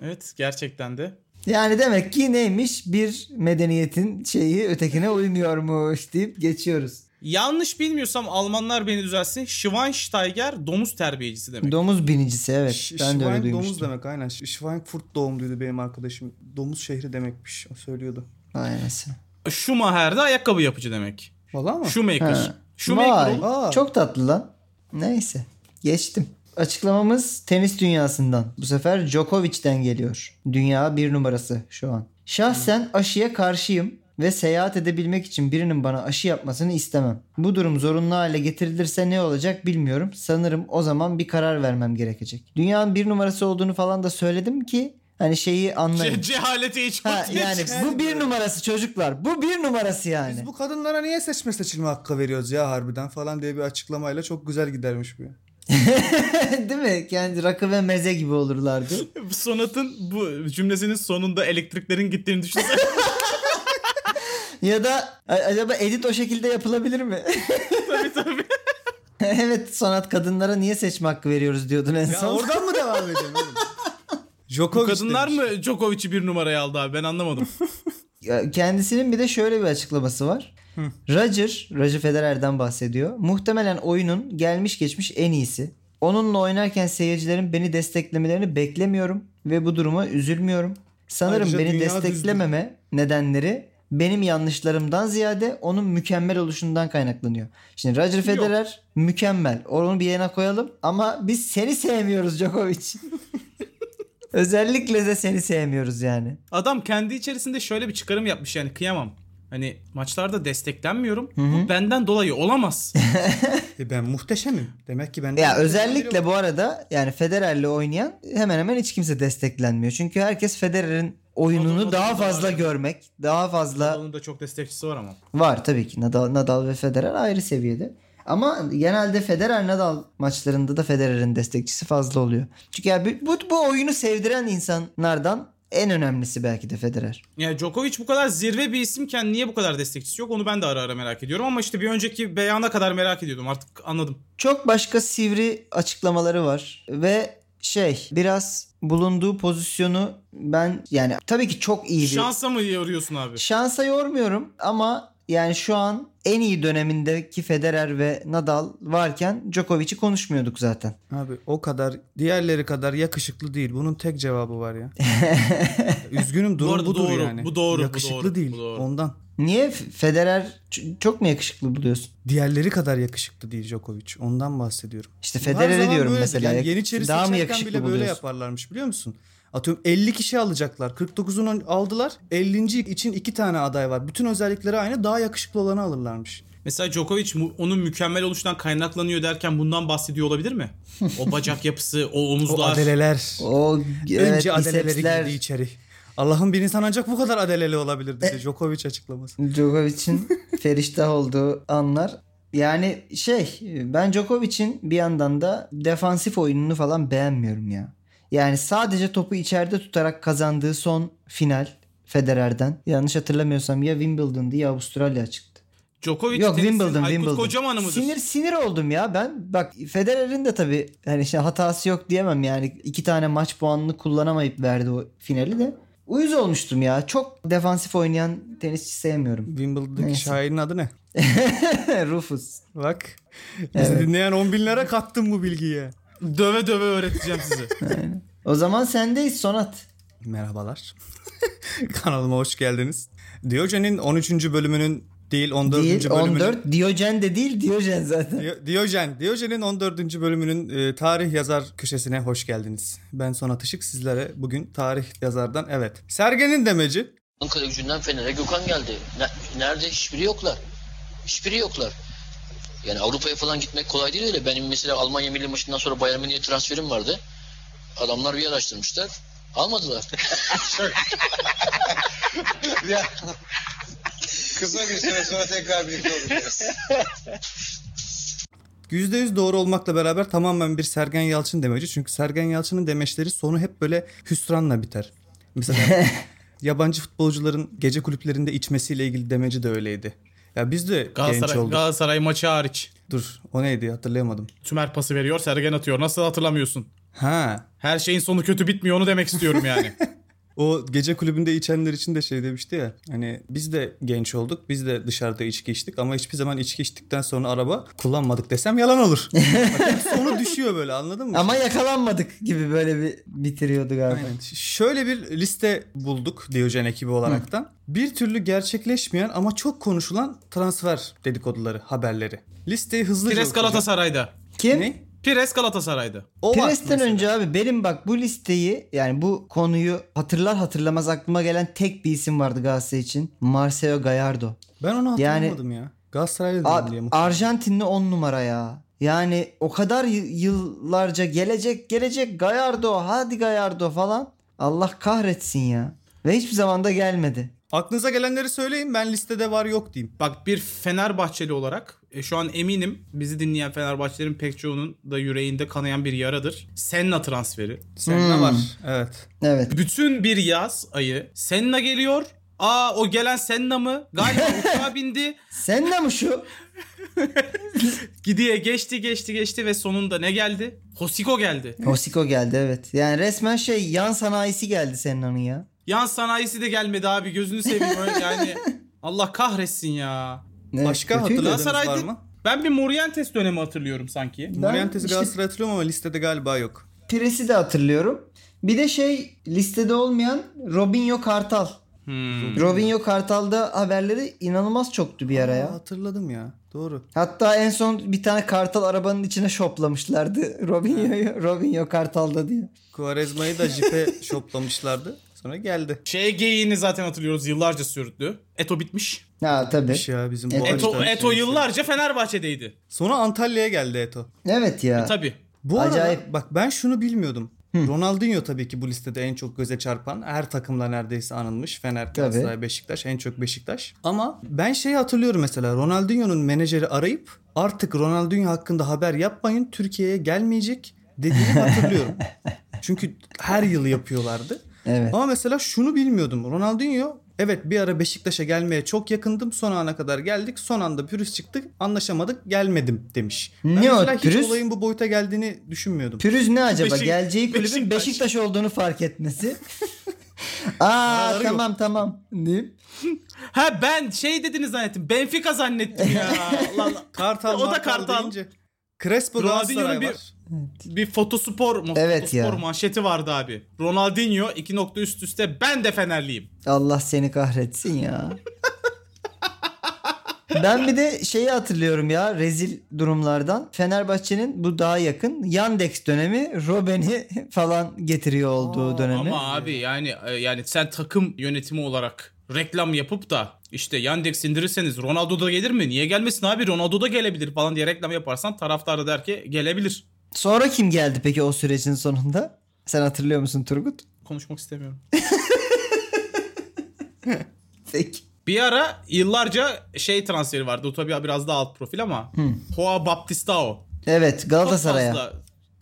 S2: Evet gerçekten de.
S4: Yani demek ki neymiş bir medeniyetin şeyi ötekine uymuyormuş deyip geçiyoruz.
S2: Yanlış bilmiyorsam Almanlar beni düzelsin. Schweinsteiger domuz terbiyecisi demek.
S4: Domuz binicisi evet.
S3: Ş-
S4: ben de öyle
S3: Schwein domuz
S4: duymuştum.
S3: demek aynen. Ş- Schweinfurt doğumluydu benim arkadaşım. Domuz şehri demekmiş o söylüyordu.
S4: Aynen.
S2: Schumacher de ayakkabı yapıcı demek.
S3: Valla mı?
S2: Shoemaker.
S4: Ha.
S2: Shoemaker. oğlum.
S3: Aa.
S4: Çok tatlı lan. Neyse. Geçtim. Açıklamamız tenis dünyasından. Bu sefer Djokovic'den geliyor. Dünya bir numarası şu an. Şahsen aşıya karşıyım ve seyahat edebilmek için birinin bana aşı yapmasını istemem. Bu durum zorunlu hale getirilirse ne olacak bilmiyorum. Sanırım o zaman bir karar vermem gerekecek. Dünyanın bir numarası olduğunu falan da söyledim ki hani şeyi anlayın.
S2: Ce- cehaleti hiç
S4: Ha,
S2: ortaya
S4: yani bu bir numarası çocuklar. Bu bir numarası yani.
S3: Biz bu kadınlara niye seçme seçilme hakkı veriyoruz ya harbiden falan diye bir açıklamayla çok güzel gidermiş bu. ya.
S4: Değil mi? Yani rakı ve meze gibi olurlardı.
S2: çık- Sonat'ın bu cümlesinin sonunda elektriklerin gittiğini düşünsene.
S4: ya da a- acaba edit o şekilde yapılabilir mi?
S2: tabii tabii.
S4: evet sanat kadınlara niye seçme hakkı veriyoruz diyordun en
S3: Ya
S4: son.
S3: oradan mı devam edelim oğlum?
S2: Bu
S3: Djokovic
S2: kadınlar
S3: demiş.
S2: mı Djokovic'i bir numaraya aldı abi ben anlamadım.
S4: Ya Kendisinin bir de şöyle bir açıklaması var. Roger, Roger Federer'den bahsediyor. Muhtemelen oyunun gelmiş geçmiş en iyisi. Onunla oynarken seyircilerin beni desteklemelerini beklemiyorum ve bu duruma üzülmüyorum. Sanırım
S3: Ayrıca
S4: beni
S3: dünya
S4: desteklememe nedenleri benim yanlışlarımdan ziyade onun mükemmel oluşundan kaynaklanıyor. Şimdi Roger Federer mükemmel. Onu bir yana koyalım ama biz seni sevmiyoruz Djokovic. Özellikle de seni sevmiyoruz yani.
S2: Adam kendi içerisinde şöyle bir çıkarım yapmış yani kıyamam. Hani maçlarda desteklenmiyorum. Bu benden dolayı olamaz.
S3: E ben muhteşemim. Demek ki ben de
S4: Ya
S3: muhteşem
S4: özellikle
S3: biri-
S4: bu arada yani Federer'le oynayan hemen hemen hiç kimse desteklenmiyor. Çünkü herkes Federer'in oyununu
S2: Nadal'ın
S4: daha
S2: da
S4: fazla
S2: var.
S4: görmek, daha fazla
S2: Onun da çok destekçisi var ama.
S4: var tabii ki. Nadal, Nadal ve Federer ayrı seviyede. Ama genelde Federer Nadal maçlarında da Federer'in destekçisi fazla oluyor. Çünkü ya bu, bu, bu oyunu sevdiren insanlardan en önemlisi belki de Federer.
S2: Yani Djokovic bu kadar zirve bir isimken niye bu kadar destekçisi yok onu ben de ara ara merak ediyorum. Ama işte bir önceki beyana kadar merak ediyordum artık anladım.
S4: Çok başka sivri açıklamaları var ve şey biraz bulunduğu pozisyonu ben yani tabii ki çok iyi bir
S2: Şansa mı yoruyorsun abi?
S4: Şansa yormuyorum ama yani şu an en iyi dönemindeki Federer ve Nadal varken Djokovic'i konuşmuyorduk zaten.
S3: Abi o kadar diğerleri kadar yakışıklı değil. Bunun tek cevabı var ya. Üzgünüm durum
S2: Bu arada
S3: budur
S2: doğru,
S3: yani.
S2: bu doğru, bu
S3: Yakışıklı
S2: doğru,
S3: değil
S2: bu doğru.
S3: ondan.
S4: Niye F- Federer ç- çok mu yakışıklı buluyorsun?
S3: Diğerleri kadar yakışıklı değil Djokovic. Ondan bahsediyorum.
S4: İşte
S3: Her
S4: Federer'e
S3: zaman
S4: diyorum
S3: böyledir.
S4: mesela.
S3: Yani Yeniçeri
S4: Daha mı
S3: seçerken
S4: yakışıklı
S3: bile böyle
S4: buluyorsun?
S3: yaparlarmış biliyor musun? Atıyorum 50 kişi alacaklar. 49'unu aldılar. 50. için 2 tane aday var. Bütün özellikleri aynı. Daha yakışıklı olanı alırlarmış.
S2: Mesela Djokovic mu- onun mükemmel oluşundan kaynaklanıyor derken bundan bahsediyor olabilir mi? O bacak yapısı, o
S3: O
S2: omuzlar.
S3: adeleler.
S4: O evet,
S3: Önce adeleleri
S4: bisepsler-
S3: girdi içeri. Allah'ım bir insan ancak bu kadar adeleli olabilir dedi Djokovic açıklaması.
S4: Djokovic'in feriştah olduğu anlar. Yani şey ben Djokovic'in bir yandan da defansif oyununu falan beğenmiyorum ya. Yani sadece topu içeride tutarak kazandığı son final Federer'den. Yanlış hatırlamıyorsam ya Wimbledon'du ya Avustralya çıktı.
S2: Djokovic
S4: Yok
S2: tenisin
S4: Wimbledon
S2: Aykut
S4: Wimbledon.
S2: Kocaman'ı mıdır?
S4: Sinir sinir oldum ya ben. Bak Federer'in de tabii hani şey, hatası yok diyemem yani. iki tane maç puanını kullanamayıp verdi o finali de. Uyuz olmuştum ya. Çok defansif oynayan tenisçi sevmiyorum.
S3: Wimbledon'daki
S4: Neyse.
S3: şairin adı ne?
S4: Rufus.
S3: Bak. Bizi dinleyen 10 binlere kattım bu bilgiye.
S2: Döve döve öğreteceğim size.
S4: O zaman sendeyiz Sonat.
S3: Merhabalar. Kanalıma hoş geldiniz. Diyojen'in 13. bölümünün değil 14.
S4: Değil
S3: bölümünün.
S4: 14. Diyojen de değil Diyojen zaten.
S3: Diyo- Diyojen. Diyojen'in 14. bölümünün e, tarih yazar köşesine hoş geldiniz. Ben Sonat Işık sizlere bugün tarih yazardan evet. Sergen'in demeci
S5: Ankara gücünden Fener'e Gökhan geldi. Ne- Nerede? Hiçbiri yoklar. Hiçbiri yoklar. Yani Avrupa'ya falan gitmek kolay değil öyle. Benim mesela Almanya milli maçından sonra Bayern Münih'e transferim vardı. Adamlar bir araştırmışlar. Almadılar.
S6: Ya kısa bir süre sonra tekrar birlikte olacağız.
S3: %100 doğru olmakla beraber tamamen bir Sergen Yalçın demeci. Çünkü Sergen Yalçın'ın demeçleri sonu hep böyle hüsranla biter. Mesela yabancı futbolcuların gece kulüplerinde içmesiyle ilgili demeci de öyleydi. Ya biz de genç
S2: Galatasaray,
S3: olduk.
S2: Galatasaray maçı hariç.
S3: Dur o neydi hatırlayamadım.
S2: Tümer pası veriyor, Sergen atıyor. Nasıl hatırlamıyorsun?
S3: Ha
S2: Her şeyin sonu kötü bitmiyor onu demek istiyorum yani.
S3: O gece kulübünde içenler için de şey demişti ya. Hani biz de genç olduk. Biz de dışarıda içki içtik ama hiçbir zaman içki içtikten sonra araba kullanmadık desem yalan olur. Bak, Sonu düşüyor böyle anladın mı?
S4: Ama yakalanmadık gibi böyle bir bitiriyordu galiba.
S3: Aynen. Ş- Şöyle bir liste bulduk Diyojen ekibi olaraktan. Bir türlü gerçekleşmeyen ama çok konuşulan transfer dedikoduları, haberleri. Listeyi hızlıca
S2: Pires
S3: okuyacağım.
S2: Galatasaray'da.
S4: Kim?
S3: Ne?
S2: Pires Galatasaray'da.
S3: O var
S4: Pires'ten
S3: mesela.
S4: önce abi benim bak bu listeyi yani bu konuyu hatırlar hatırlamaz aklıma gelen tek bir isim vardı Galatasaray için. Marcelo Gallardo.
S3: Ben onu
S4: Yani-
S3: hatırlamadım ya. Galatasaraylı
S4: A-
S3: değilim diye muhtemelen.
S4: Arjantinli 10 numara ya. Yani o kadar y- yıllarca gelecek gelecek Gallardo hadi Gallardo falan. Allah kahretsin ya. Ve hiçbir zaman da gelmedi.
S3: Aklınıza gelenleri söyleyin ben listede var yok diyeyim.
S2: Bak bir Fenerbahçeli olarak e, şu an eminim bizi dinleyen Fenerbahçelerin pek çoğunun da yüreğinde kanayan bir yaradır. Senna transferi.
S3: Senin
S4: Hmm.
S3: var. Evet.
S4: Evet.
S2: Bütün bir yaz ayı Senna geliyor. Aa o gelen Senna mı? Galiba uçağa bindi.
S4: Sen de mi şu?
S2: Gidiye geçti geçti geçti ve sonunda ne geldi? Hosiko geldi.
S4: Osiko geldi evet. Yani resmen şey yan sanayisi geldi senin onun ya.
S2: Yan sanayisi de gelmedi abi gözünü seveyim öyle yani. Allah kahretsin ya.
S4: Evet,
S3: Başka
S4: kötüydü.
S3: hatırladığınız var
S2: Galatasaray'da
S3: mı?
S2: ben bir Morientes dönemi hatırlıyorum sanki.
S4: Ben
S3: Morientes'i
S4: işte-
S3: Galatasaray hatırlıyorum ama listede galiba yok.
S4: Pires'i de hatırlıyorum. Bir de şey listede olmayan Robinho Kartal.
S2: Hmm.
S4: Robinho Kartal'da haberleri inanılmaz çoktu bir ara
S3: Aa,
S4: ya.
S3: hatırladım ya. Doğru.
S4: Hatta en son bir tane kartal arabanın içine şoplamışlardı Robinho'yu. Robinho Kartal'da diye.
S3: Kuvarezma'yı da jipe şoplamışlardı. Sonra geldi.
S2: Şey geyiğini zaten hatırlıyoruz yıllarca sürdü. Eto bitmiş.
S4: Ha tabii.
S3: Bir şey ya bizim bu
S4: Eto-
S2: Eto,
S3: açıdan
S2: Eto
S3: şeyimiz.
S2: yıllarca Fenerbahçe'deydi.
S3: Sonra Antalya'ya geldi Eto.
S4: Evet ya.
S2: Tabii.
S3: Bu
S4: Acayip.
S3: arada bak ben şunu bilmiyordum. Ronaldinho tabii ki bu listede en çok göze çarpan. Her takımla neredeyse anılmış. Fener, Galatasaray, Beşiktaş. En çok Beşiktaş. Ama ben şeyi hatırlıyorum mesela. Ronaldinho'nun menajeri arayıp artık Ronaldinho hakkında haber yapmayın. Türkiye'ye gelmeyecek dediğini hatırlıyorum. Çünkü her yıl yapıyorlardı.
S4: Evet.
S3: Ama mesela şunu bilmiyordum. Ronaldinho evet bir ara Beşiktaş'a gelmeye çok yakındım. Son ana kadar geldik. Son anda pürüz çıktık. Anlaşamadık. Gelmedim demiş. Ben
S4: Ne o
S3: mesela hiç
S4: pürüz?
S3: olayın bu boyuta geldiğini düşünmüyordum.
S4: Pürüz ne acaba?
S2: Beşik-
S4: Geleceği kulübün Beşiktaş.
S2: Beşiktaş.
S4: olduğunu fark etmesi. Aa
S3: Araları yok.
S4: tamam tamam. Diyeyim.
S2: Ha ben şey dediniz zannettim. Benfica zannettim ya. Allah Allah.
S3: Kartal
S2: O da
S3: Martal
S2: Kartal.
S3: deyince. Crespo
S2: Ronaldinho'nun
S3: Galatasaray
S2: bir-
S3: var.
S2: Bir fotospor, mu-
S4: Evet
S2: fotospor
S4: ya.
S2: manşeti vardı abi. Ronaldinho iki nokta üst üste ben de Fenerliyim.
S4: Allah seni kahretsin ya. Ben bir de şeyi hatırlıyorum ya rezil durumlardan. Fenerbahçe'nin bu daha yakın Yandex dönemi Robben'i falan getiriyor olduğu dönemi.
S2: Ama abi yani e, yani sen takım yönetimi olarak reklam yapıp da işte Yandex indirirseniz Ronaldo da gelir mi? Niye gelmesin abi? Ronaldo da gelebilir falan diye reklam yaparsan taraftar da der ki gelebilir.
S4: Sonra kim geldi peki o sürecin sonunda? Sen hatırlıyor musun Turgut?
S2: Konuşmak istemiyorum.
S4: Peki.
S2: Bir ara yıllarca şey transferi vardı. O tabii biraz daha alt profil ama. Hoa Baptistao.
S4: Evet
S2: Çok
S4: Galatasaray'a.
S2: fazla.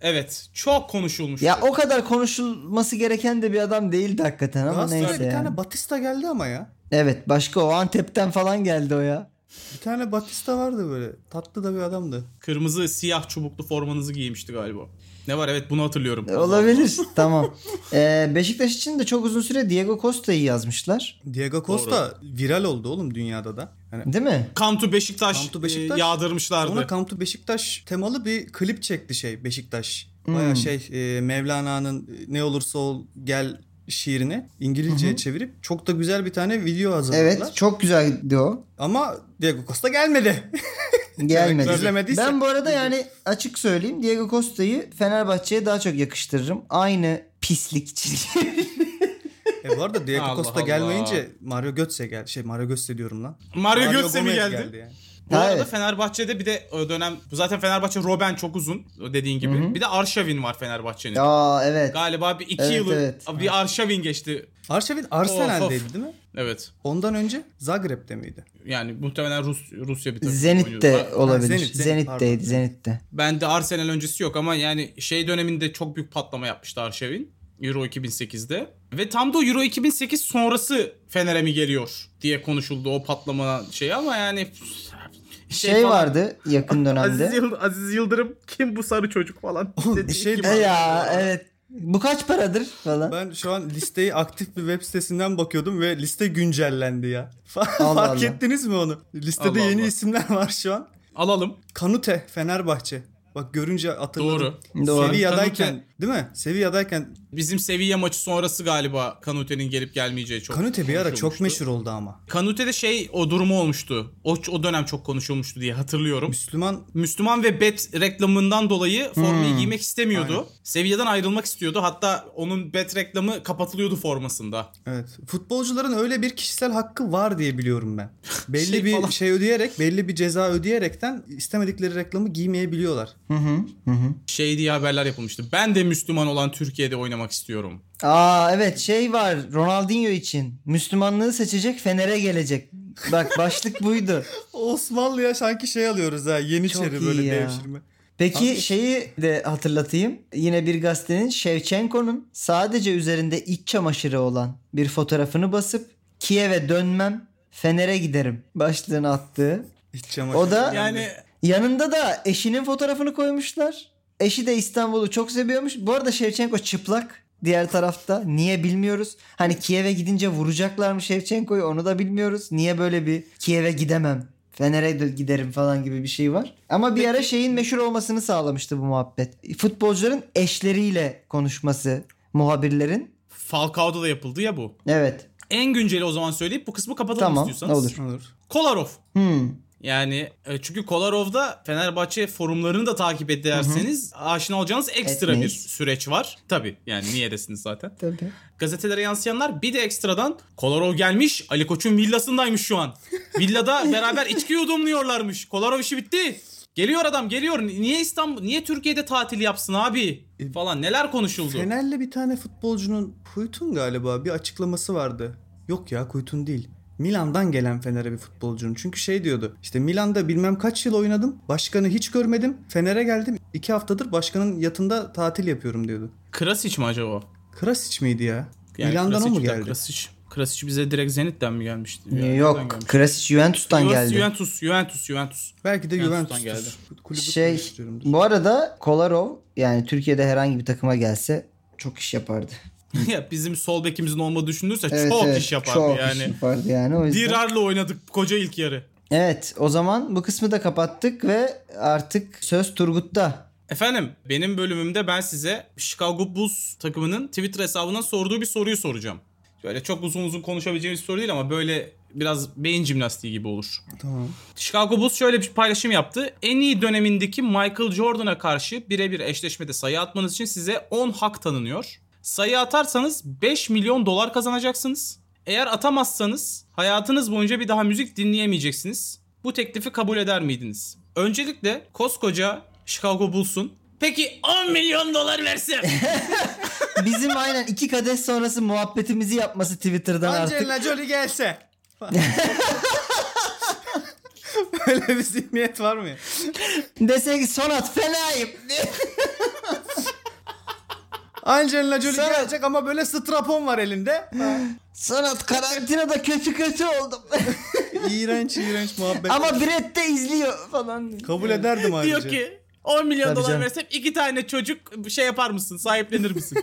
S2: Evet. Çok konuşulmuş.
S4: Ya o kadar konuşulması gereken de bir adam değildi hakikaten ama
S3: Galatasaray'a
S4: neyse
S3: bir
S4: yani.
S3: tane Batista geldi ama ya.
S4: Evet başka o Antep'ten falan geldi o ya.
S3: Bir tane Batista vardı böyle. Tatlı da bir adamdı.
S2: Kırmızı siyah çubuklu formanızı giymişti galiba. Ne var evet bunu hatırlıyorum.
S4: E, Olabilir tamam. Ee, Beşiktaş için de çok uzun süre Diego Costa'yı yazmışlar.
S3: Diego Costa viral oldu oğlum dünyada da. Yani
S4: Değil mi?
S2: Kantu Beşiktaş,
S3: Kantu Beşiktaş.
S2: e, yağdırmışlardı.
S3: Sonra Come to Beşiktaş temalı bir klip çekti şey Beşiktaş.
S4: Hmm.
S3: Baya şey e, Mevlana'nın e, ne olursa ol gel şiirini İngilizceye çevirip çok da güzel bir tane video hazırladılar.
S4: Evet çok güzeldi o.
S3: Ama Diego Costa gelmedi.
S4: Gelmedi.
S3: Özlemediyse-
S4: ben bu arada yani açık söyleyeyim Diego Costa'yı Fenerbahçe'ye daha çok yakıştırırım. Aynı pislik çirkin.
S3: e bu arada Diego
S2: Allah
S3: Costa
S2: Allah.
S3: gelmeyince Mario Götze gel şey Mario Götze diyorum lan.
S2: Mario Götze mi
S3: Gomez
S2: geldi?
S3: yani.
S2: Bu arada
S4: Evet.
S2: Fenerbahçe'de bir de o dönem zaten Fenerbahçe Robben çok uzun dediğin gibi. Bir de Arşavin var Fenerbahçe'nin.
S4: Aa evet.
S2: Galiba bir iki
S4: Evet,
S2: yılı
S4: evet.
S2: bir Arşavin geçti.
S3: Arşavin Arsenal'deydi
S2: Of, of.
S3: değil mi?
S2: Evet.
S3: Ondan önce Zagreb'de miydi?
S2: Yani muhtemelen Rus Rusya bir takım.
S4: Zenit'te
S2: oynuyordu.
S4: olabilir.
S3: Zenit, Zenit,
S4: Zenit'teydi
S3: pardon.
S4: Zenit'te.
S2: Ben de Arsenal öncesi yok ama yani şey döneminde çok büyük patlama yapmıştı Arşavin. Euro 2008'de. Ve tam da o Euro 2008 sonrası Fener'e mi geliyor diye konuşuldu o patlama şey ama yani
S4: Şey,
S2: falan.
S4: vardı yakın
S2: Aziz,
S4: dönemde.
S2: Yıld- Aziz Yıldırım kim bu sarı çocuk falan.
S3: Oğlum,
S2: dediği
S3: bir şey
S2: gibi.
S4: E ya evet Bu kaç paradır falan.
S3: Ben şu an listeyi aktif bir web sitesinden bakıyordum ve liste güncellendi ya. Fark
S4: Allah Allah.
S3: ettiniz mi onu? Listede
S2: Allah
S3: yeni
S2: Allah.
S3: isimler var şu an.
S2: Alalım.
S3: Kanute Fenerbahçe. Bak görünce hatırladım.
S2: Doğru.
S4: Doğru.
S3: Sevilla'dayken
S2: Kanute-
S3: değil mi? Sevilla'dayken
S2: Bizim seviye maçı sonrası galiba Kanute'nin gelip gelmeyeceği çok
S3: Kanute bir ara çok
S2: konuşulmuştu.
S3: meşhur oldu ama.
S2: Kanute'de şey o durumu olmuştu. O, o dönem çok konuşulmuştu diye hatırlıyorum.
S3: Müslüman
S2: Müslüman ve bet reklamından dolayı formayı
S4: Hmm.
S2: giymek istemiyordu. Sevilla'dan ayrılmak istiyordu. Hatta onun bet reklamı kapatılıyordu formasında.
S3: evet. Futbolcuların öyle bir kişisel hakkı var diye biliyorum ben. Belli
S2: Şey
S3: bir
S2: falan.
S3: şey ödeyerek, belli bir ceza ödeyerekten istemedikleri reklamı giymeyebiliyorlar.
S2: Şey diye haberler yapılmıştı. Ben de Müslüman olan Türkiye'de oynamak istiyorum.
S4: Aa evet şey var Ronaldinho için. Müslümanlığı seçecek Fener'e gelecek. Bak başlık buydu.
S3: Osmanlı'ya sanki şey alıyoruz ha. Yeniçeri
S4: iyi
S3: böyle
S4: ya.
S3: devşirme.
S4: Peki şeyi de hatırlatayım. Yine bir gazetenin Şevçenko'nun sadece üzerinde iç çamaşırı olan bir fotoğrafını basıp Kiev'e dönmem Fener'e giderim başlığını attığı.
S3: İç çamaşırı.
S4: O da
S2: Yani
S4: yanında da eşinin fotoğrafını koymuşlar. Eşi de İstanbul'u çok seviyormuş. Bu arada Şevçenko çıplak diğer tarafta. Niye bilmiyoruz. Hani Kiev'e gidince vuracaklar mı Şevçenko'yu onu da bilmiyoruz. Niye böyle bir Kiev'e gidemem. Fener'e de giderim falan gibi bir şey var. Ama bir ara şeyin meşhur olmasını sağlamıştı bu muhabbet. Futbolcuların eşleriyle konuşması muhabirlerin.
S2: Falcao'da da yapıldı ya bu.
S4: Evet.
S2: En günceli o zaman söyleyip bu kısmı kapatalım
S4: Tamam.
S2: istiyorsanız.
S4: Olur.
S3: Olur.
S2: Kolarov.
S4: Hmm.
S2: Yani e, çünkü Kolarov'da Fenerbahçe forumlarını da takip ederseniz aşina olacağınız ekstra
S4: Etmeyiz.
S2: bir süreç var. Tabii yani niye desiniz zaten.
S4: Tabii.
S2: Gazetelere yansıyanlar bir de ekstradan Kolarov gelmiş Ali Koç'un villasındaymış şu an. Villada beraber içki yudumluyorlarmış. Kolarov işi bitti. Geliyor adam geliyor. Niye İstanbul niye Türkiye'de tatil yapsın abi?
S4: E,
S2: Falan neler konuşuldu.
S3: Fener'le bir tane futbolcunun Kuytun galiba bir açıklaması vardı. Yok ya Kuytun değil. Milan'dan gelen Fener'e bir futbolcunun. Çünkü şey diyordu. İşte Milan'da bilmem kaç yıl oynadım. Başkanı hiç görmedim. Fener'e geldim. iki haftadır başkanın yatında tatil yapıyorum diyordu.
S2: Krasic mi acaba? o?
S3: Krasic miydi ya?
S2: Yani
S3: Milan'dan o mu
S2: Krasic-
S3: geldi?
S2: Krasic. Krasic bize direkt Zenit'ten mi gelmişti? Yani nereden
S4: Yok.
S2: gelmiş?
S4: Krasic Juventus'tan
S2: Juventus,
S4: geldi.
S2: Juventus, Juventus, Juventus.
S3: Belki de
S2: Juventus'tan
S3: Juventus'tan
S2: geldi.
S3: geldi. Kulübü
S4: Şey
S3: konuşturuyorumdur.
S4: bu arada Kolarov yani Türkiye'de herhangi bir takıma gelse çok iş yapardı.
S2: ya bizim sol bekimizin olmadığı düşünülürse
S4: Evet,
S2: çok
S4: evet,
S2: iş yapardı
S4: çok
S2: yani.
S4: iş yapardı yani. O yüzden.
S2: Dirar'la oynadık koca ilk yarı.
S4: Evet o zaman bu kısmı da kapattık ve artık söz Turgut'ta.
S2: Efendim benim bölümümde ben size Chicago Bulls takımının Twitter hesabından sorduğu bir soruyu soracağım. Böyle çok uzun uzun konuşabileceğimiz bir soru değil ama böyle biraz beyin jimnastiği gibi olur.
S3: Tamam.
S2: Chicago Bulls şöyle bir paylaşım yaptı. En iyi dönemindeki Michael Jordan'a karşı birebir eşleşmede sayı atmanız için size 10 hak tanınıyor. Sayı atarsanız 5 milyon dolar kazanacaksınız. Eğer atamazsanız hayatınız boyunca bir daha müzik dinleyemeyeceksiniz. Bu teklifi kabul eder miydiniz? Öncelikle koskoca Chicago Bulls'un peki 10 milyon dolar versem
S4: Bizim aynen iki kadeh sonrası muhabbetimizi yapması Twitter'dan artık.
S3: Angelina Jolie gelse. Böyle bir zihniyet var mı ya?
S4: Dese ki Sonat fenayım.
S3: Angelina Jolie
S4: Sana-
S3: gelecek ama böyle strapon var elinde.
S4: Sonat karantinada kötü kötü oldum.
S3: iğrenç iğrenç muhabbet.
S4: Ama Brett de izliyor falan.
S3: Kabul ederdim ayrıca.
S2: diyor ki 10 milyon
S4: Tabii
S2: dolar
S4: canım.
S2: versem iki tane çocuk şey yapar mısın? Sahiplenir misin?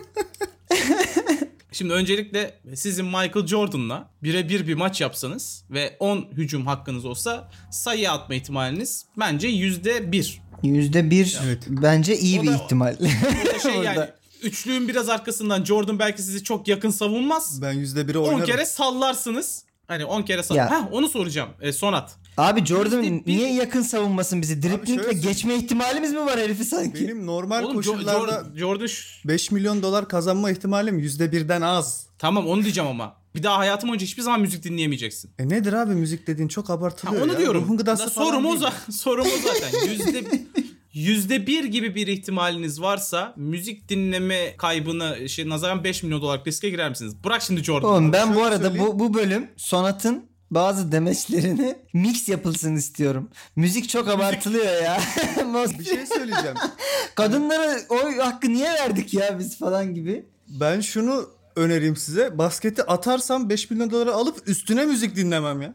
S2: Şimdi öncelikle sizin Michael Jordan'la birebir bir maç yapsanız ve 10 hücum hakkınız olsa sayı atma ihtimaliniz bence %1.
S4: Yüzde bir
S3: Evet.
S4: bence iyi
S2: O
S4: bir
S2: da-
S4: ihtimal.
S2: Bu da şey yani
S4: Orada.
S2: üçlüğün biraz arkasından Jordan belki sizi çok yakın savunmaz.
S3: Ben yüzde biri
S2: 10
S3: oynarım.
S2: kere sallarsınız. Hani 10 kere sall.
S4: Ya.
S2: Heh, onu soracağım. E, Sonat.
S4: Abi Jordan
S2: Yüzde bir-
S4: niye yakın savunmasın bizi? Driplingle
S3: şöyle-
S4: geçme ihtimalimiz mi var herifi sanki?
S3: Benim normal
S2: Oğlum Jo-
S3: koşullarda
S2: Jordan, Jordan şu-
S3: 5 milyon dolar kazanma ihtimalim yüzde birden az.
S2: Tamam onu diyeceğim ama. Bir daha hayatım boyunca hiçbir zaman müzik dinleyemeyeceksin.
S3: E nedir abi müzik dediğin çok
S2: Ha,
S3: abartılıyor
S2: onu
S3: ya.
S2: diyorum.
S3: Ruhun gıdası
S2: La,
S3: falan
S2: sorum, o
S3: değil.
S2: zaten, sorum o zaten. Yüzde, yüzde bir gibi bir ihtimaliniz varsa müzik dinleme kaybına şey, nazaran 5 milyon dolarlık riske girer misiniz? Bırak şimdi Jordan.
S4: Oğlum ben bu
S3: şöyle
S4: arada
S3: söyleyeyim.
S4: bu, bu bölüm Sonat'ın bazı demeçlerini mix yapılsın istiyorum. Müzik çok abartılıyor ya.
S3: Bir şey söyleyeceğim.
S4: Kadınlara oy hakkı niye verdik ya biz falan gibi.
S3: ben şunu önereyim size. Basketi atarsam 5 milyon dolara alıp üstüne müzik dinlemem ya.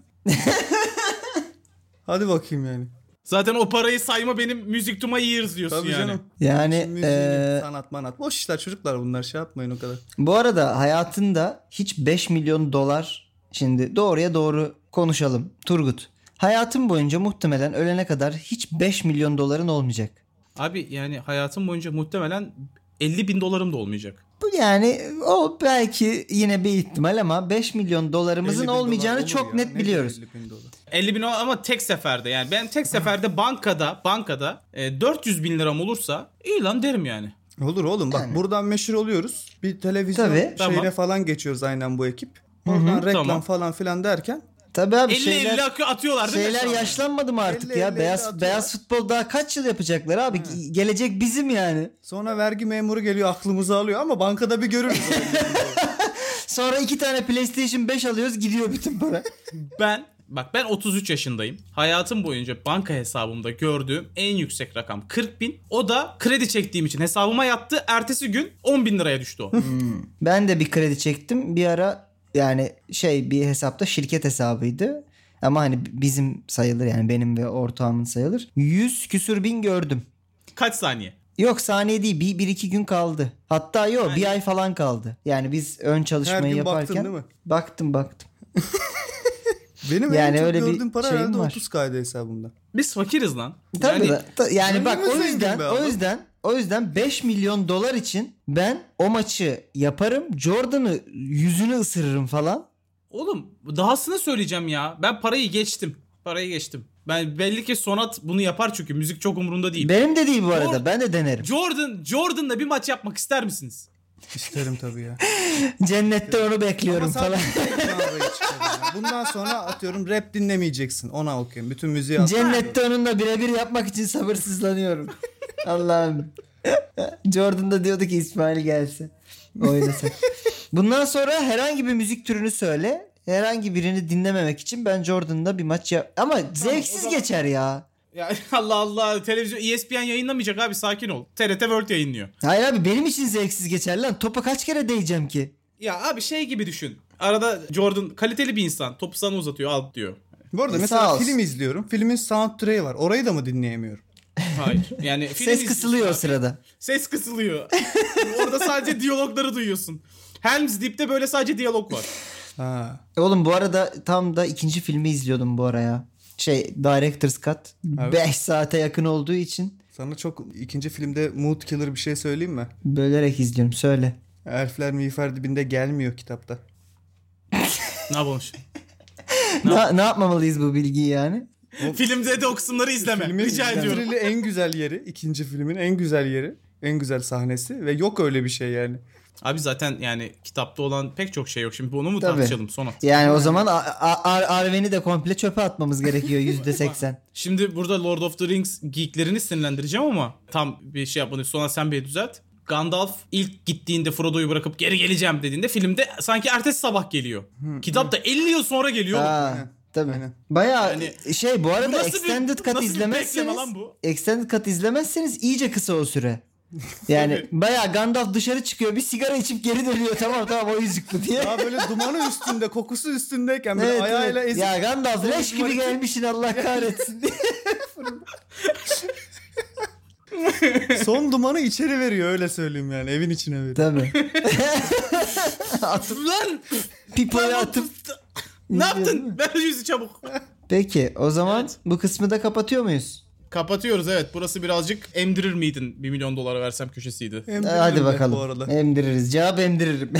S3: Hadi bakayım yani.
S2: Zaten o parayı sayma benim Music to my ears diyorsun
S3: Tabii
S2: yani.
S3: canım.
S4: Yani
S3: Şimdi
S4: eee,
S3: sanat manat. Boş işler çocuklar bunlar şey yapmayın o kadar.
S4: bu arada hayatında hiç 5 milyon dolar şimdi doğruya doğru konuşalım Turgut. Hayatın boyunca muhtemelen ölene kadar hiç 5 milyon doların olmayacak.
S2: Abi yani hayatım boyunca muhtemelen 50 bin dolarım da olmayacak.
S4: Bu yani o belki yine bir ihtimal ama 5 milyon
S3: 50
S4: dolarımızın
S3: bin dolar
S4: olmayacağını
S3: olur
S4: çok
S3: ya.
S4: net
S3: Ne
S4: biliyoruz.
S3: 50 bin dolar?
S2: 50 bin o- ama tek seferde yani. Ben tek seferde bankada bankada e, 400 bin liram olursa iyi lan derim yani.
S3: Olur oğlum bak
S4: Yani.
S3: buradan meşhur oluyoruz. Bir televizyon
S4: Tabii.
S3: şeyine
S2: Tamam.
S3: falan geçiyoruz aynen bu ekip. Oradan reklam
S2: Tamam.
S3: falan filan derken
S4: Tabii abi
S2: 50
S4: şeyler
S2: 50 akı atıyorlar değil
S4: şeyler
S2: mi?
S4: yaşlanmadı mı artık
S3: 50,
S4: ya?
S3: 50
S4: beyaz
S3: atıyor.
S4: beyaz futbol daha kaç yıl yapacaklar abi? Ge- Gelecek bizim yani.
S3: sonra vergi memuru geliyor aklımızı alıyor ama bankada bir görürüz.
S4: Sonra iki tane PlayStation 5 alıyoruz gidiyor bütün para.
S2: Ben bak ben 33 yaşındayım. Hayatım boyunca banka hesabımda gördüğüm en yüksek rakam 40 bin. O da kredi çektiğim için hesabıma yattı. Ertesi gün 10 bin liraya düştü o.
S4: ben de bir kredi çektim. Bir ara yani şey bir hesapta şirket hesabıydı. Ama hani bizim sayılır yani benim ve ortağımın sayılır. 100 küsür bin gördüm.
S2: Kaç saniye?
S4: Yok saniye değil bir, bir iki gün kaldı. Hatta yok
S2: Yani-
S4: bir ay falan kaldı. Yani biz ön çalışmayı
S3: Her gün baktın
S4: yaparken.
S3: değil mi?
S4: Baktım baktım.
S3: Benim
S4: Yani
S3: en çok
S4: öyle bir
S3: gördüğüm para
S4: şeyim
S3: herhalde
S4: var.
S3: 30 kaydı hesabımda.
S2: Biz fakiriz lan.
S4: Tabii
S2: yani,
S4: yani, yani
S3: Zengin
S4: bak
S3: mi
S4: o
S3: zengin
S4: yüzden
S3: be
S4: o
S3: adam?
S4: yüzden o yüzden 5 milyon dolar için ben o maçı yaparım. Jordan'ı yüzünü ısırırım falan.
S2: Oğlum dahasını söyleyeceğim ya. Ben parayı geçtim. Parayı geçtim. Ben belli ki Sonat bunu yapar çünkü müzik çok umurunda değil.
S4: Benim de değil bu arada.
S2: Jordan-
S4: Ben de denerim.
S2: Jordan Jordan'la bir maç yapmak ister misiniz?
S3: İsterim tabii ya.
S4: Cennette onu
S3: Ama
S4: bekliyorum falan.
S3: sadece tek mağaraya çıkarım ya. Bundan sonra atıyorum rap dinlemeyeceksin. Ona okuyayım. Bütün müziği at.
S4: Cennette onunla birebir yapmak için sabırsızlanıyorum. Allah'ım. Jordan da diyordu ki İsmail gelsin. Oynasın. Bundan sonra herhangi bir müzik türünü söyle. Herhangi birini dinlememek için ben Jordan'la bir maç yap... Ama zevksiz geçer ya.
S2: Ya Allah Allah televizyon E ESPN yayınlamayacak abi sakin ol. TRT World yayınlıyor.
S4: Hayır abi benim için zevksiz geçer lan. Topa kaç kere değeceğim ki?
S2: Ya abi şey gibi düşün. Arada Jordan kaliteli bir insan. Topu sana uzatıyor al diyor.
S3: Bu arada
S4: E, sağ
S3: mesela
S4: olsun.
S3: film izliyorum. Filmin soundtrack'i var. Orayı da mı dinleyemiyorum?
S2: Hayır. Yani film
S4: Ses
S2: iz-
S4: kısılıyor o sırada.
S2: Ses kısılıyor. Orada sadece diyalogları duyuyorsun. Helm's Deep'te böyle sadece diyalog var.
S3: Ha.
S4: Oğlum bu arada tam da ikinci filmi izliyordum bu araya. Şey Director's Cut. 5 saate yakın olduğu için
S3: Sana çok ikinci filmde mood killer bir şey söyleyeyim mi?
S4: bölerek izliyorum. Söyle.
S3: Elfler miğfer dibinde gelmiyor kitapta.
S2: ne yapalım şimdi?
S4: Ne, ne yapmamalıyız bu bilgiyi yani?
S2: Filmde de o kısımları izleme.
S3: Filmin
S2: Rica ediyorum.
S3: bitirili en güzel yeri, ikinci filmin en güzel yeri, en güzel sahnesi ve yok öyle bir şey yani.
S2: Abi zaten yani kitapta olan pek çok şey yok. Şimdi bunu mu
S4: Tabii.
S2: tartışalım sonra?
S4: Yani o zaman A- A- Ar- Arven'i de komple çöpe atmamız gerekiyor %80.
S2: Şimdi burada Lord of the Rings geeklerini sinirlendireceğim ama tam bir şey yapmadım. Sonra sen beni düzelt. Gandalf ilk gittiğinde Frodo'yu bırakıp geri geleceğim dediğinde filmde sanki ertesi sabah geliyor. Kitapta 50 yıl sonra geliyor.
S4: Aa, tabii.
S3: Aynen.
S4: Bayağı
S2: Yani-
S4: şey bu arada
S2: nasıl bir-
S4: extended cut
S2: nasıl bir
S4: izlemezseniz
S2: bekleme lan bu?
S4: extended cut izlemezseniz iyice kısa o süre. Yani bayağı Gandalf dışarı çıkıyor bir sigara içip geri dönüyor tamam tamam o yüzük bu diye.
S3: Daha böyle dumanı üstünde, kokusu üstündeyken böyle
S4: Evet,
S3: ayağıyla
S4: evet.
S3: ezip
S4: Ya Gandalf leş gibi
S3: Dumanı-
S4: gelmişsin Allah kahretsin diye.
S3: son dumanı içeri veriyor öyle söyleyeyim yani evin içine veriyor.
S4: Tabii.
S2: Lan!
S4: Pipoyu atıp.
S2: ne yaptın? Ver yüzü çabuk.
S4: Peki o zaman bu kısmı da kapatıyor muyuz?
S2: Kapatıyoruz evet. Burası birazcık emdirir miydin 1 milyon dolara versem köşesiydi.
S4: Ee,
S3: Emdiririm
S4: Hadi
S3: de
S4: bakalım.
S3: Bu arada.
S4: Emdiririz. Cevap emdiririm.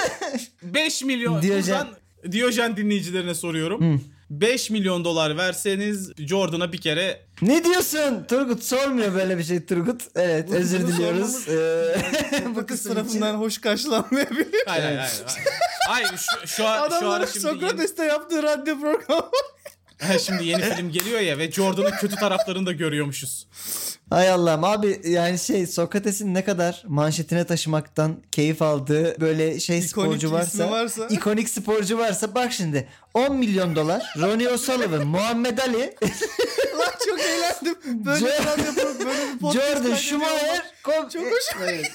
S2: 5 milyon
S4: Diyojen.
S2: buradan Diyojen dinleyicilerine soruyorum. 5 milyon dolar verseniz Jordan'a bir kere
S4: ne diyorsun? Turgut sormuyor böyle bir şey Turgut. Evet özür
S3: bunu
S4: diliyoruz. Ee, bu
S3: Bu kız
S4: kısım için.
S3: tarafından hoş karşılanmayabilir.
S2: Hayır hayır hayır. hayır. Hayır şu, şu, an- şu
S3: Adamların
S2: ara şimdi yeni,
S3: Sokrates'te yaptığı radyo programı.
S2: Ha, şimdi yeni film geliyor ya ve Jordan'ın kötü taraflarını da görüyormuşuz.
S4: Hay Allah'ım abi yani şey Sokrates'in ne kadar manşetine taşımaktan keyif aldığı böyle şey
S3: İkonik
S4: sporcu
S3: bir ismi
S4: varsa,
S3: varsa.
S4: ikonik sporcu varsa bak şimdi 10 milyon dolar Ronnie O'Sullivan, Muhammed Ali,
S3: Lan çok eğlendim. Böyle bir
S4: Jo-
S3: radyo programı, böyle bir podcast
S4: Jordan
S3: kaydediyor.
S4: Schumacher. kom-
S3: Çok hoş.
S4: E, Evet.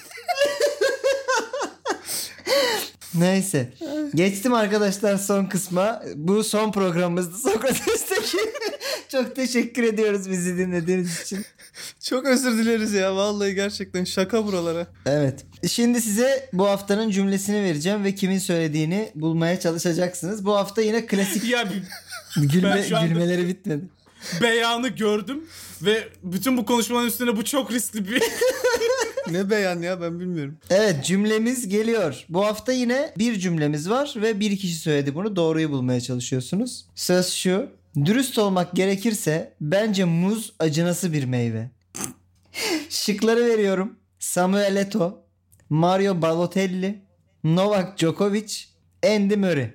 S4: Neyse. Geçtim arkadaşlar son kısma. Bu son programımızdı Sokrates'teki Çok teşekkür ediyoruz bizi dinlediğiniz için.
S3: Çok özür dileriz ya vallahi gerçekten şaka buralara.
S4: Evet. Şimdi size bu haftanın cümlesini vereceğim ve kimin söylediğini bulmaya çalışacaksınız. Bu hafta yine klasik
S2: Ya bir
S4: gülme,
S2: şu anda-
S4: gülmeleri bitmedi.
S2: beyanı gördüm ve bütün bu konuşmanın üstüne bu çok riskli bir
S3: Ne beyan ya ben bilmiyorum.
S4: Evet cümlemiz geliyor. Bu hafta yine bir cümlemiz var ve bir kişi söyledi bunu. Doğruyu bulmaya çalışıyorsunuz. Söz şu. Dürüst olmak gerekirse bence muz acınası bir meyve. Şıkları veriyorum. Samuel Eto, Mario Balotelli, Novak Djokovic, Andy Murray.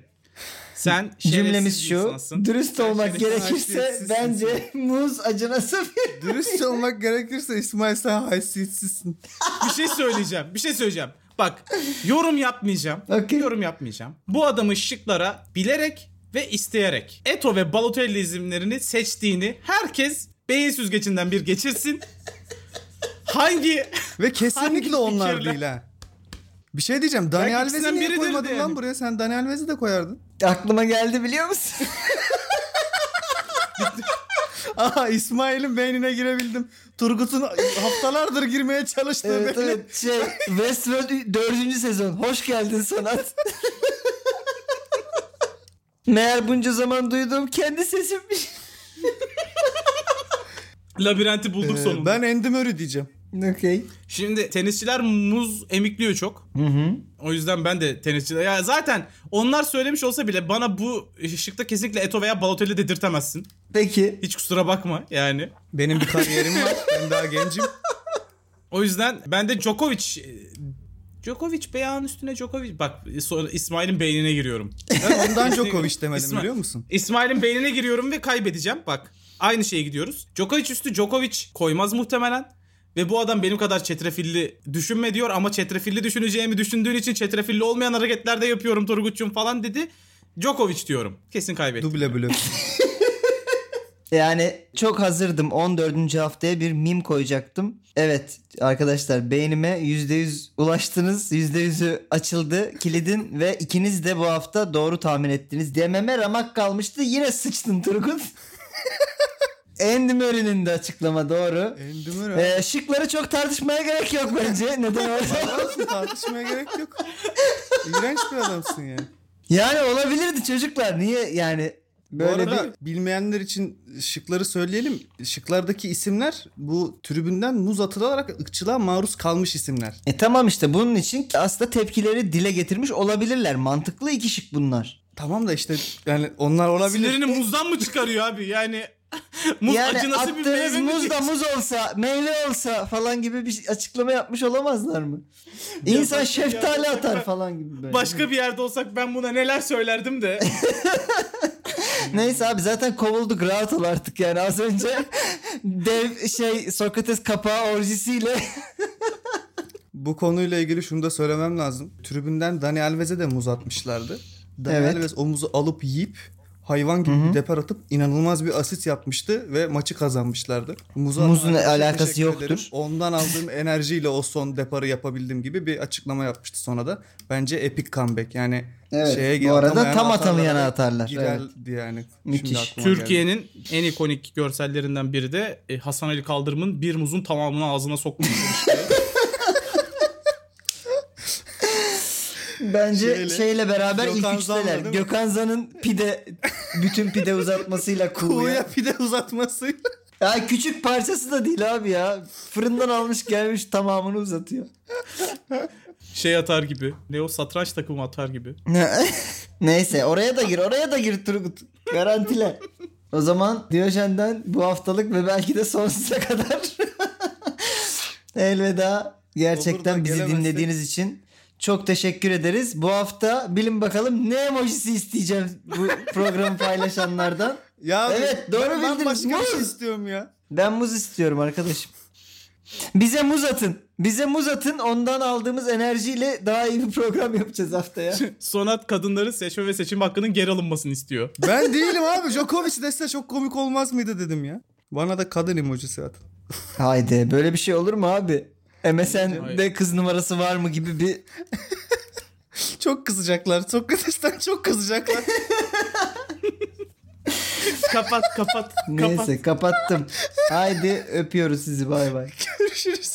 S2: Sen
S4: Cümlemiz
S2: şerefsiz bir
S4: şu.
S2: insansın.
S4: Dürüst olmak
S3: şerefsiz,
S4: gerekirse
S3: haysiyetsiz
S4: bence muz acınası bir
S3: Dürüst olmak gerekirse İsmail sen haysiyetsizsin.
S2: bir şey söyleyeceğim. Bir şey söyleyeceğim. Bak yorum yapmayacağım.
S4: Okey.
S2: Yorum yapmayacağım. Bu adamın şıklara bilerek ve isteyerek Eto ve Balotelli isimlerini seçtiğini herkes beyin süzgecinden bir geçirsin. Hangi
S3: Ve kesinlikle
S2: Hangi
S3: onlar
S2: fikirler?
S3: değil ha. Bir şey diyeceğim. Dani
S2: Belki
S3: Alves'i
S2: ikisinden
S3: niye
S2: biridir
S3: koymadın
S2: de
S3: lan
S2: yani.
S3: buraya? Sen Dani Alves'i de koyardın.
S4: aklıma geldi biliyor musun?
S3: Aha İsmail'in beynine girebildim. Turgut'un haftalardır girmeye çalıştığı
S4: evet
S3: beyne.
S4: evet şey Westworld 4. sezon. Hoş geldin sanat. Meğer bunca zaman duyduğum kendi sesimmiş.
S2: labirenti bulduk
S3: Ee,
S2: sonunda?
S3: ben Andy Murray diyeceğim.
S4: Okey.
S2: Şimdi tenisçiler muz emikliyor çok.
S4: Hı hı.
S2: O yüzden ben de tenisçiler. Ya zaten onlar söylemiş olsa bile bana bu şıkta kesinlikle Eto veya Balotelli dedirtemezsin.
S4: Peki.
S2: Hiç kusura bakma yani.
S3: Benim bir kariyerim var. Ben daha gencim.
S2: O yüzden ben de Djokovic Djokovic beyanın üstüne Djokovic bak sonra İsmail'in beynine giriyorum.
S3: Ben ondan Djokovic demedim
S2: İsmail.
S3: biliyor musun?
S2: İsmail'in beynine giriyorum ve kaybedeceğim bak. Aynı şeye gidiyoruz. Djokovic üstü Djokovic koymaz muhtemelen. Ve bu adam benim kadar çetrefilli düşünme diyor ama çetrefilli düşüneceğimi düşündüğün için çetrefilli olmayan hareketler de yapıyorum Turgut'cum falan dedi. Djokovic diyorum. Kesin kaybettim.
S3: Duble blok.
S4: Yani çok hazırdım. 14. haftaya bir mim koyacaktım. Evet arkadaşlar beynime %100 ulaştınız. %100'ü açıldı kilidin ve ikiniz de bu hafta doğru tahmin ettiniz. Dememe ramak kalmıştı. Yine sıçtın Turgut. Andy Murray'nin de açıklama doğru.
S3: Andy Murray.
S4: Ee, şıkları çok tartışmaya gerek yok bence. Neden olsa.
S3: Olsun, tartışmaya gerek yok. İğrenç bir adamsın yani.
S4: Yani olabilirdi çocuklar. Niye yani
S3: Böyle Bu
S4: böyle
S3: arada
S4: bir...
S3: bilmeyenler için şıkları söyleyelim. Şıklardaki isimler bu tribünden muz atılarak ırkçılığa maruz kalmış isimler.
S4: E tamam işte bunun için aslında tepkileri dile getirmiş olabilirler. Mantıklı iki şık bunlar.
S3: Tamam da işte yani onlar olabilir.
S2: Sinirini muzdan mı çıkarıyor abi? Yani muz
S4: yani
S2: acınası bir
S4: attığınız
S2: meyve mi
S4: muz da
S2: diyeceksin?
S4: muz olsa, meyve olsa falan gibi bir şey- açıklama yapmış olamazlar mı? İnsan
S2: başka
S4: şeftali
S2: bir yer-
S4: atar falan gibi böyle.
S2: Başka bir yerde olsak ben buna neler söylerdim de.
S4: Neyse abi zaten kovulduk rahat ol artık yani az önce dev şey Sokrates kapağı orjisiyle
S3: Bu konuyla ilgili şunu da söylemem lazım. Tribünden Dani Alves'e de muz atmışlardı. Dani
S4: Evet.
S3: Alves o muzu alıp yiyip hayvan gibi bir depar atıp inanılmaz bir asit yapmıştı ve maçı kazanmışlardı. Muzu atan
S4: Muzun
S3: arkadaşa
S4: alakası
S3: teşekkür
S4: yoktur.
S3: ederim. Ondan aldığım enerjiyle o son deparı yapabildim gibi bir açıklama yapmıştı sonra da. Bence epic comeback. Yani
S4: Evet,
S3: şeye
S4: bu arada
S3: atamayan
S4: tam atamayana
S3: atarlara
S4: atarlar.
S3: Girerdi yani. Şimdi
S4: Müthiş.
S3: aklıma geldi.
S2: Türkiye'nin en ikonik görsellerinden biri de e, Hasan Ali Kaldırım'ın bir muzun tamamını ağzına sokması.
S4: bence
S3: Şeyle-
S4: şeyle beraber
S3: Gökhan
S4: ilk
S3: Zan'la
S4: üçteler.
S3: değil mi?
S4: Gökhan Zan'ın pide bütün pide uzatmasıyla kuğuya.
S3: Kuğuya pide uzatmasıyla.
S4: Ya küçük parçası da değil abi ya. Fırından almış gelmiş tamamını uzatıyor.
S2: şey atar gibi. Ne o satranç takımı atar gibi.
S4: Neyse oraya da gir oraya da gir Turgut. Garantile. O zaman Diyojen'den bu haftalık ve belki de sonsuza kadar elveda.
S3: Olur da
S4: Gerçekten bizi
S3: gelemezsek.
S4: dinlediğiniz için çok teşekkür ederiz. Bu hafta bilin bakalım ne emojisi isteyeceğim bu programı paylaşanlardan.
S3: Ya
S4: Evet, doğru
S3: ben
S4: bildiniz.
S3: başka bir şey
S4: Muz.
S3: istiyorum ya.
S4: Ben muz istiyorum arkadaşım. Bize muz atın. Bize muz atın. Ondan aldığımız enerjiyle daha iyi bir program yapacağız haftaya.
S2: Sonat kadınların seçme ve seçim hakkının geri alınmasını istiyor.
S3: Ben değilim abi. Djokovic dese çok komik olmaz mıydı dedim ya. Bana da kadın emojisi at.
S4: Haydi böyle bir şey olur mu abi? MSN'de kız numarası var mı gibi bir
S3: Çok kızacaklar. Çok kızacaklar. Çok kızacaklar.
S2: kapat kapat. kapat.
S4: Neyse kapattım. Haydi öpüyoruz sizi bay bay.
S3: Görüşürüz.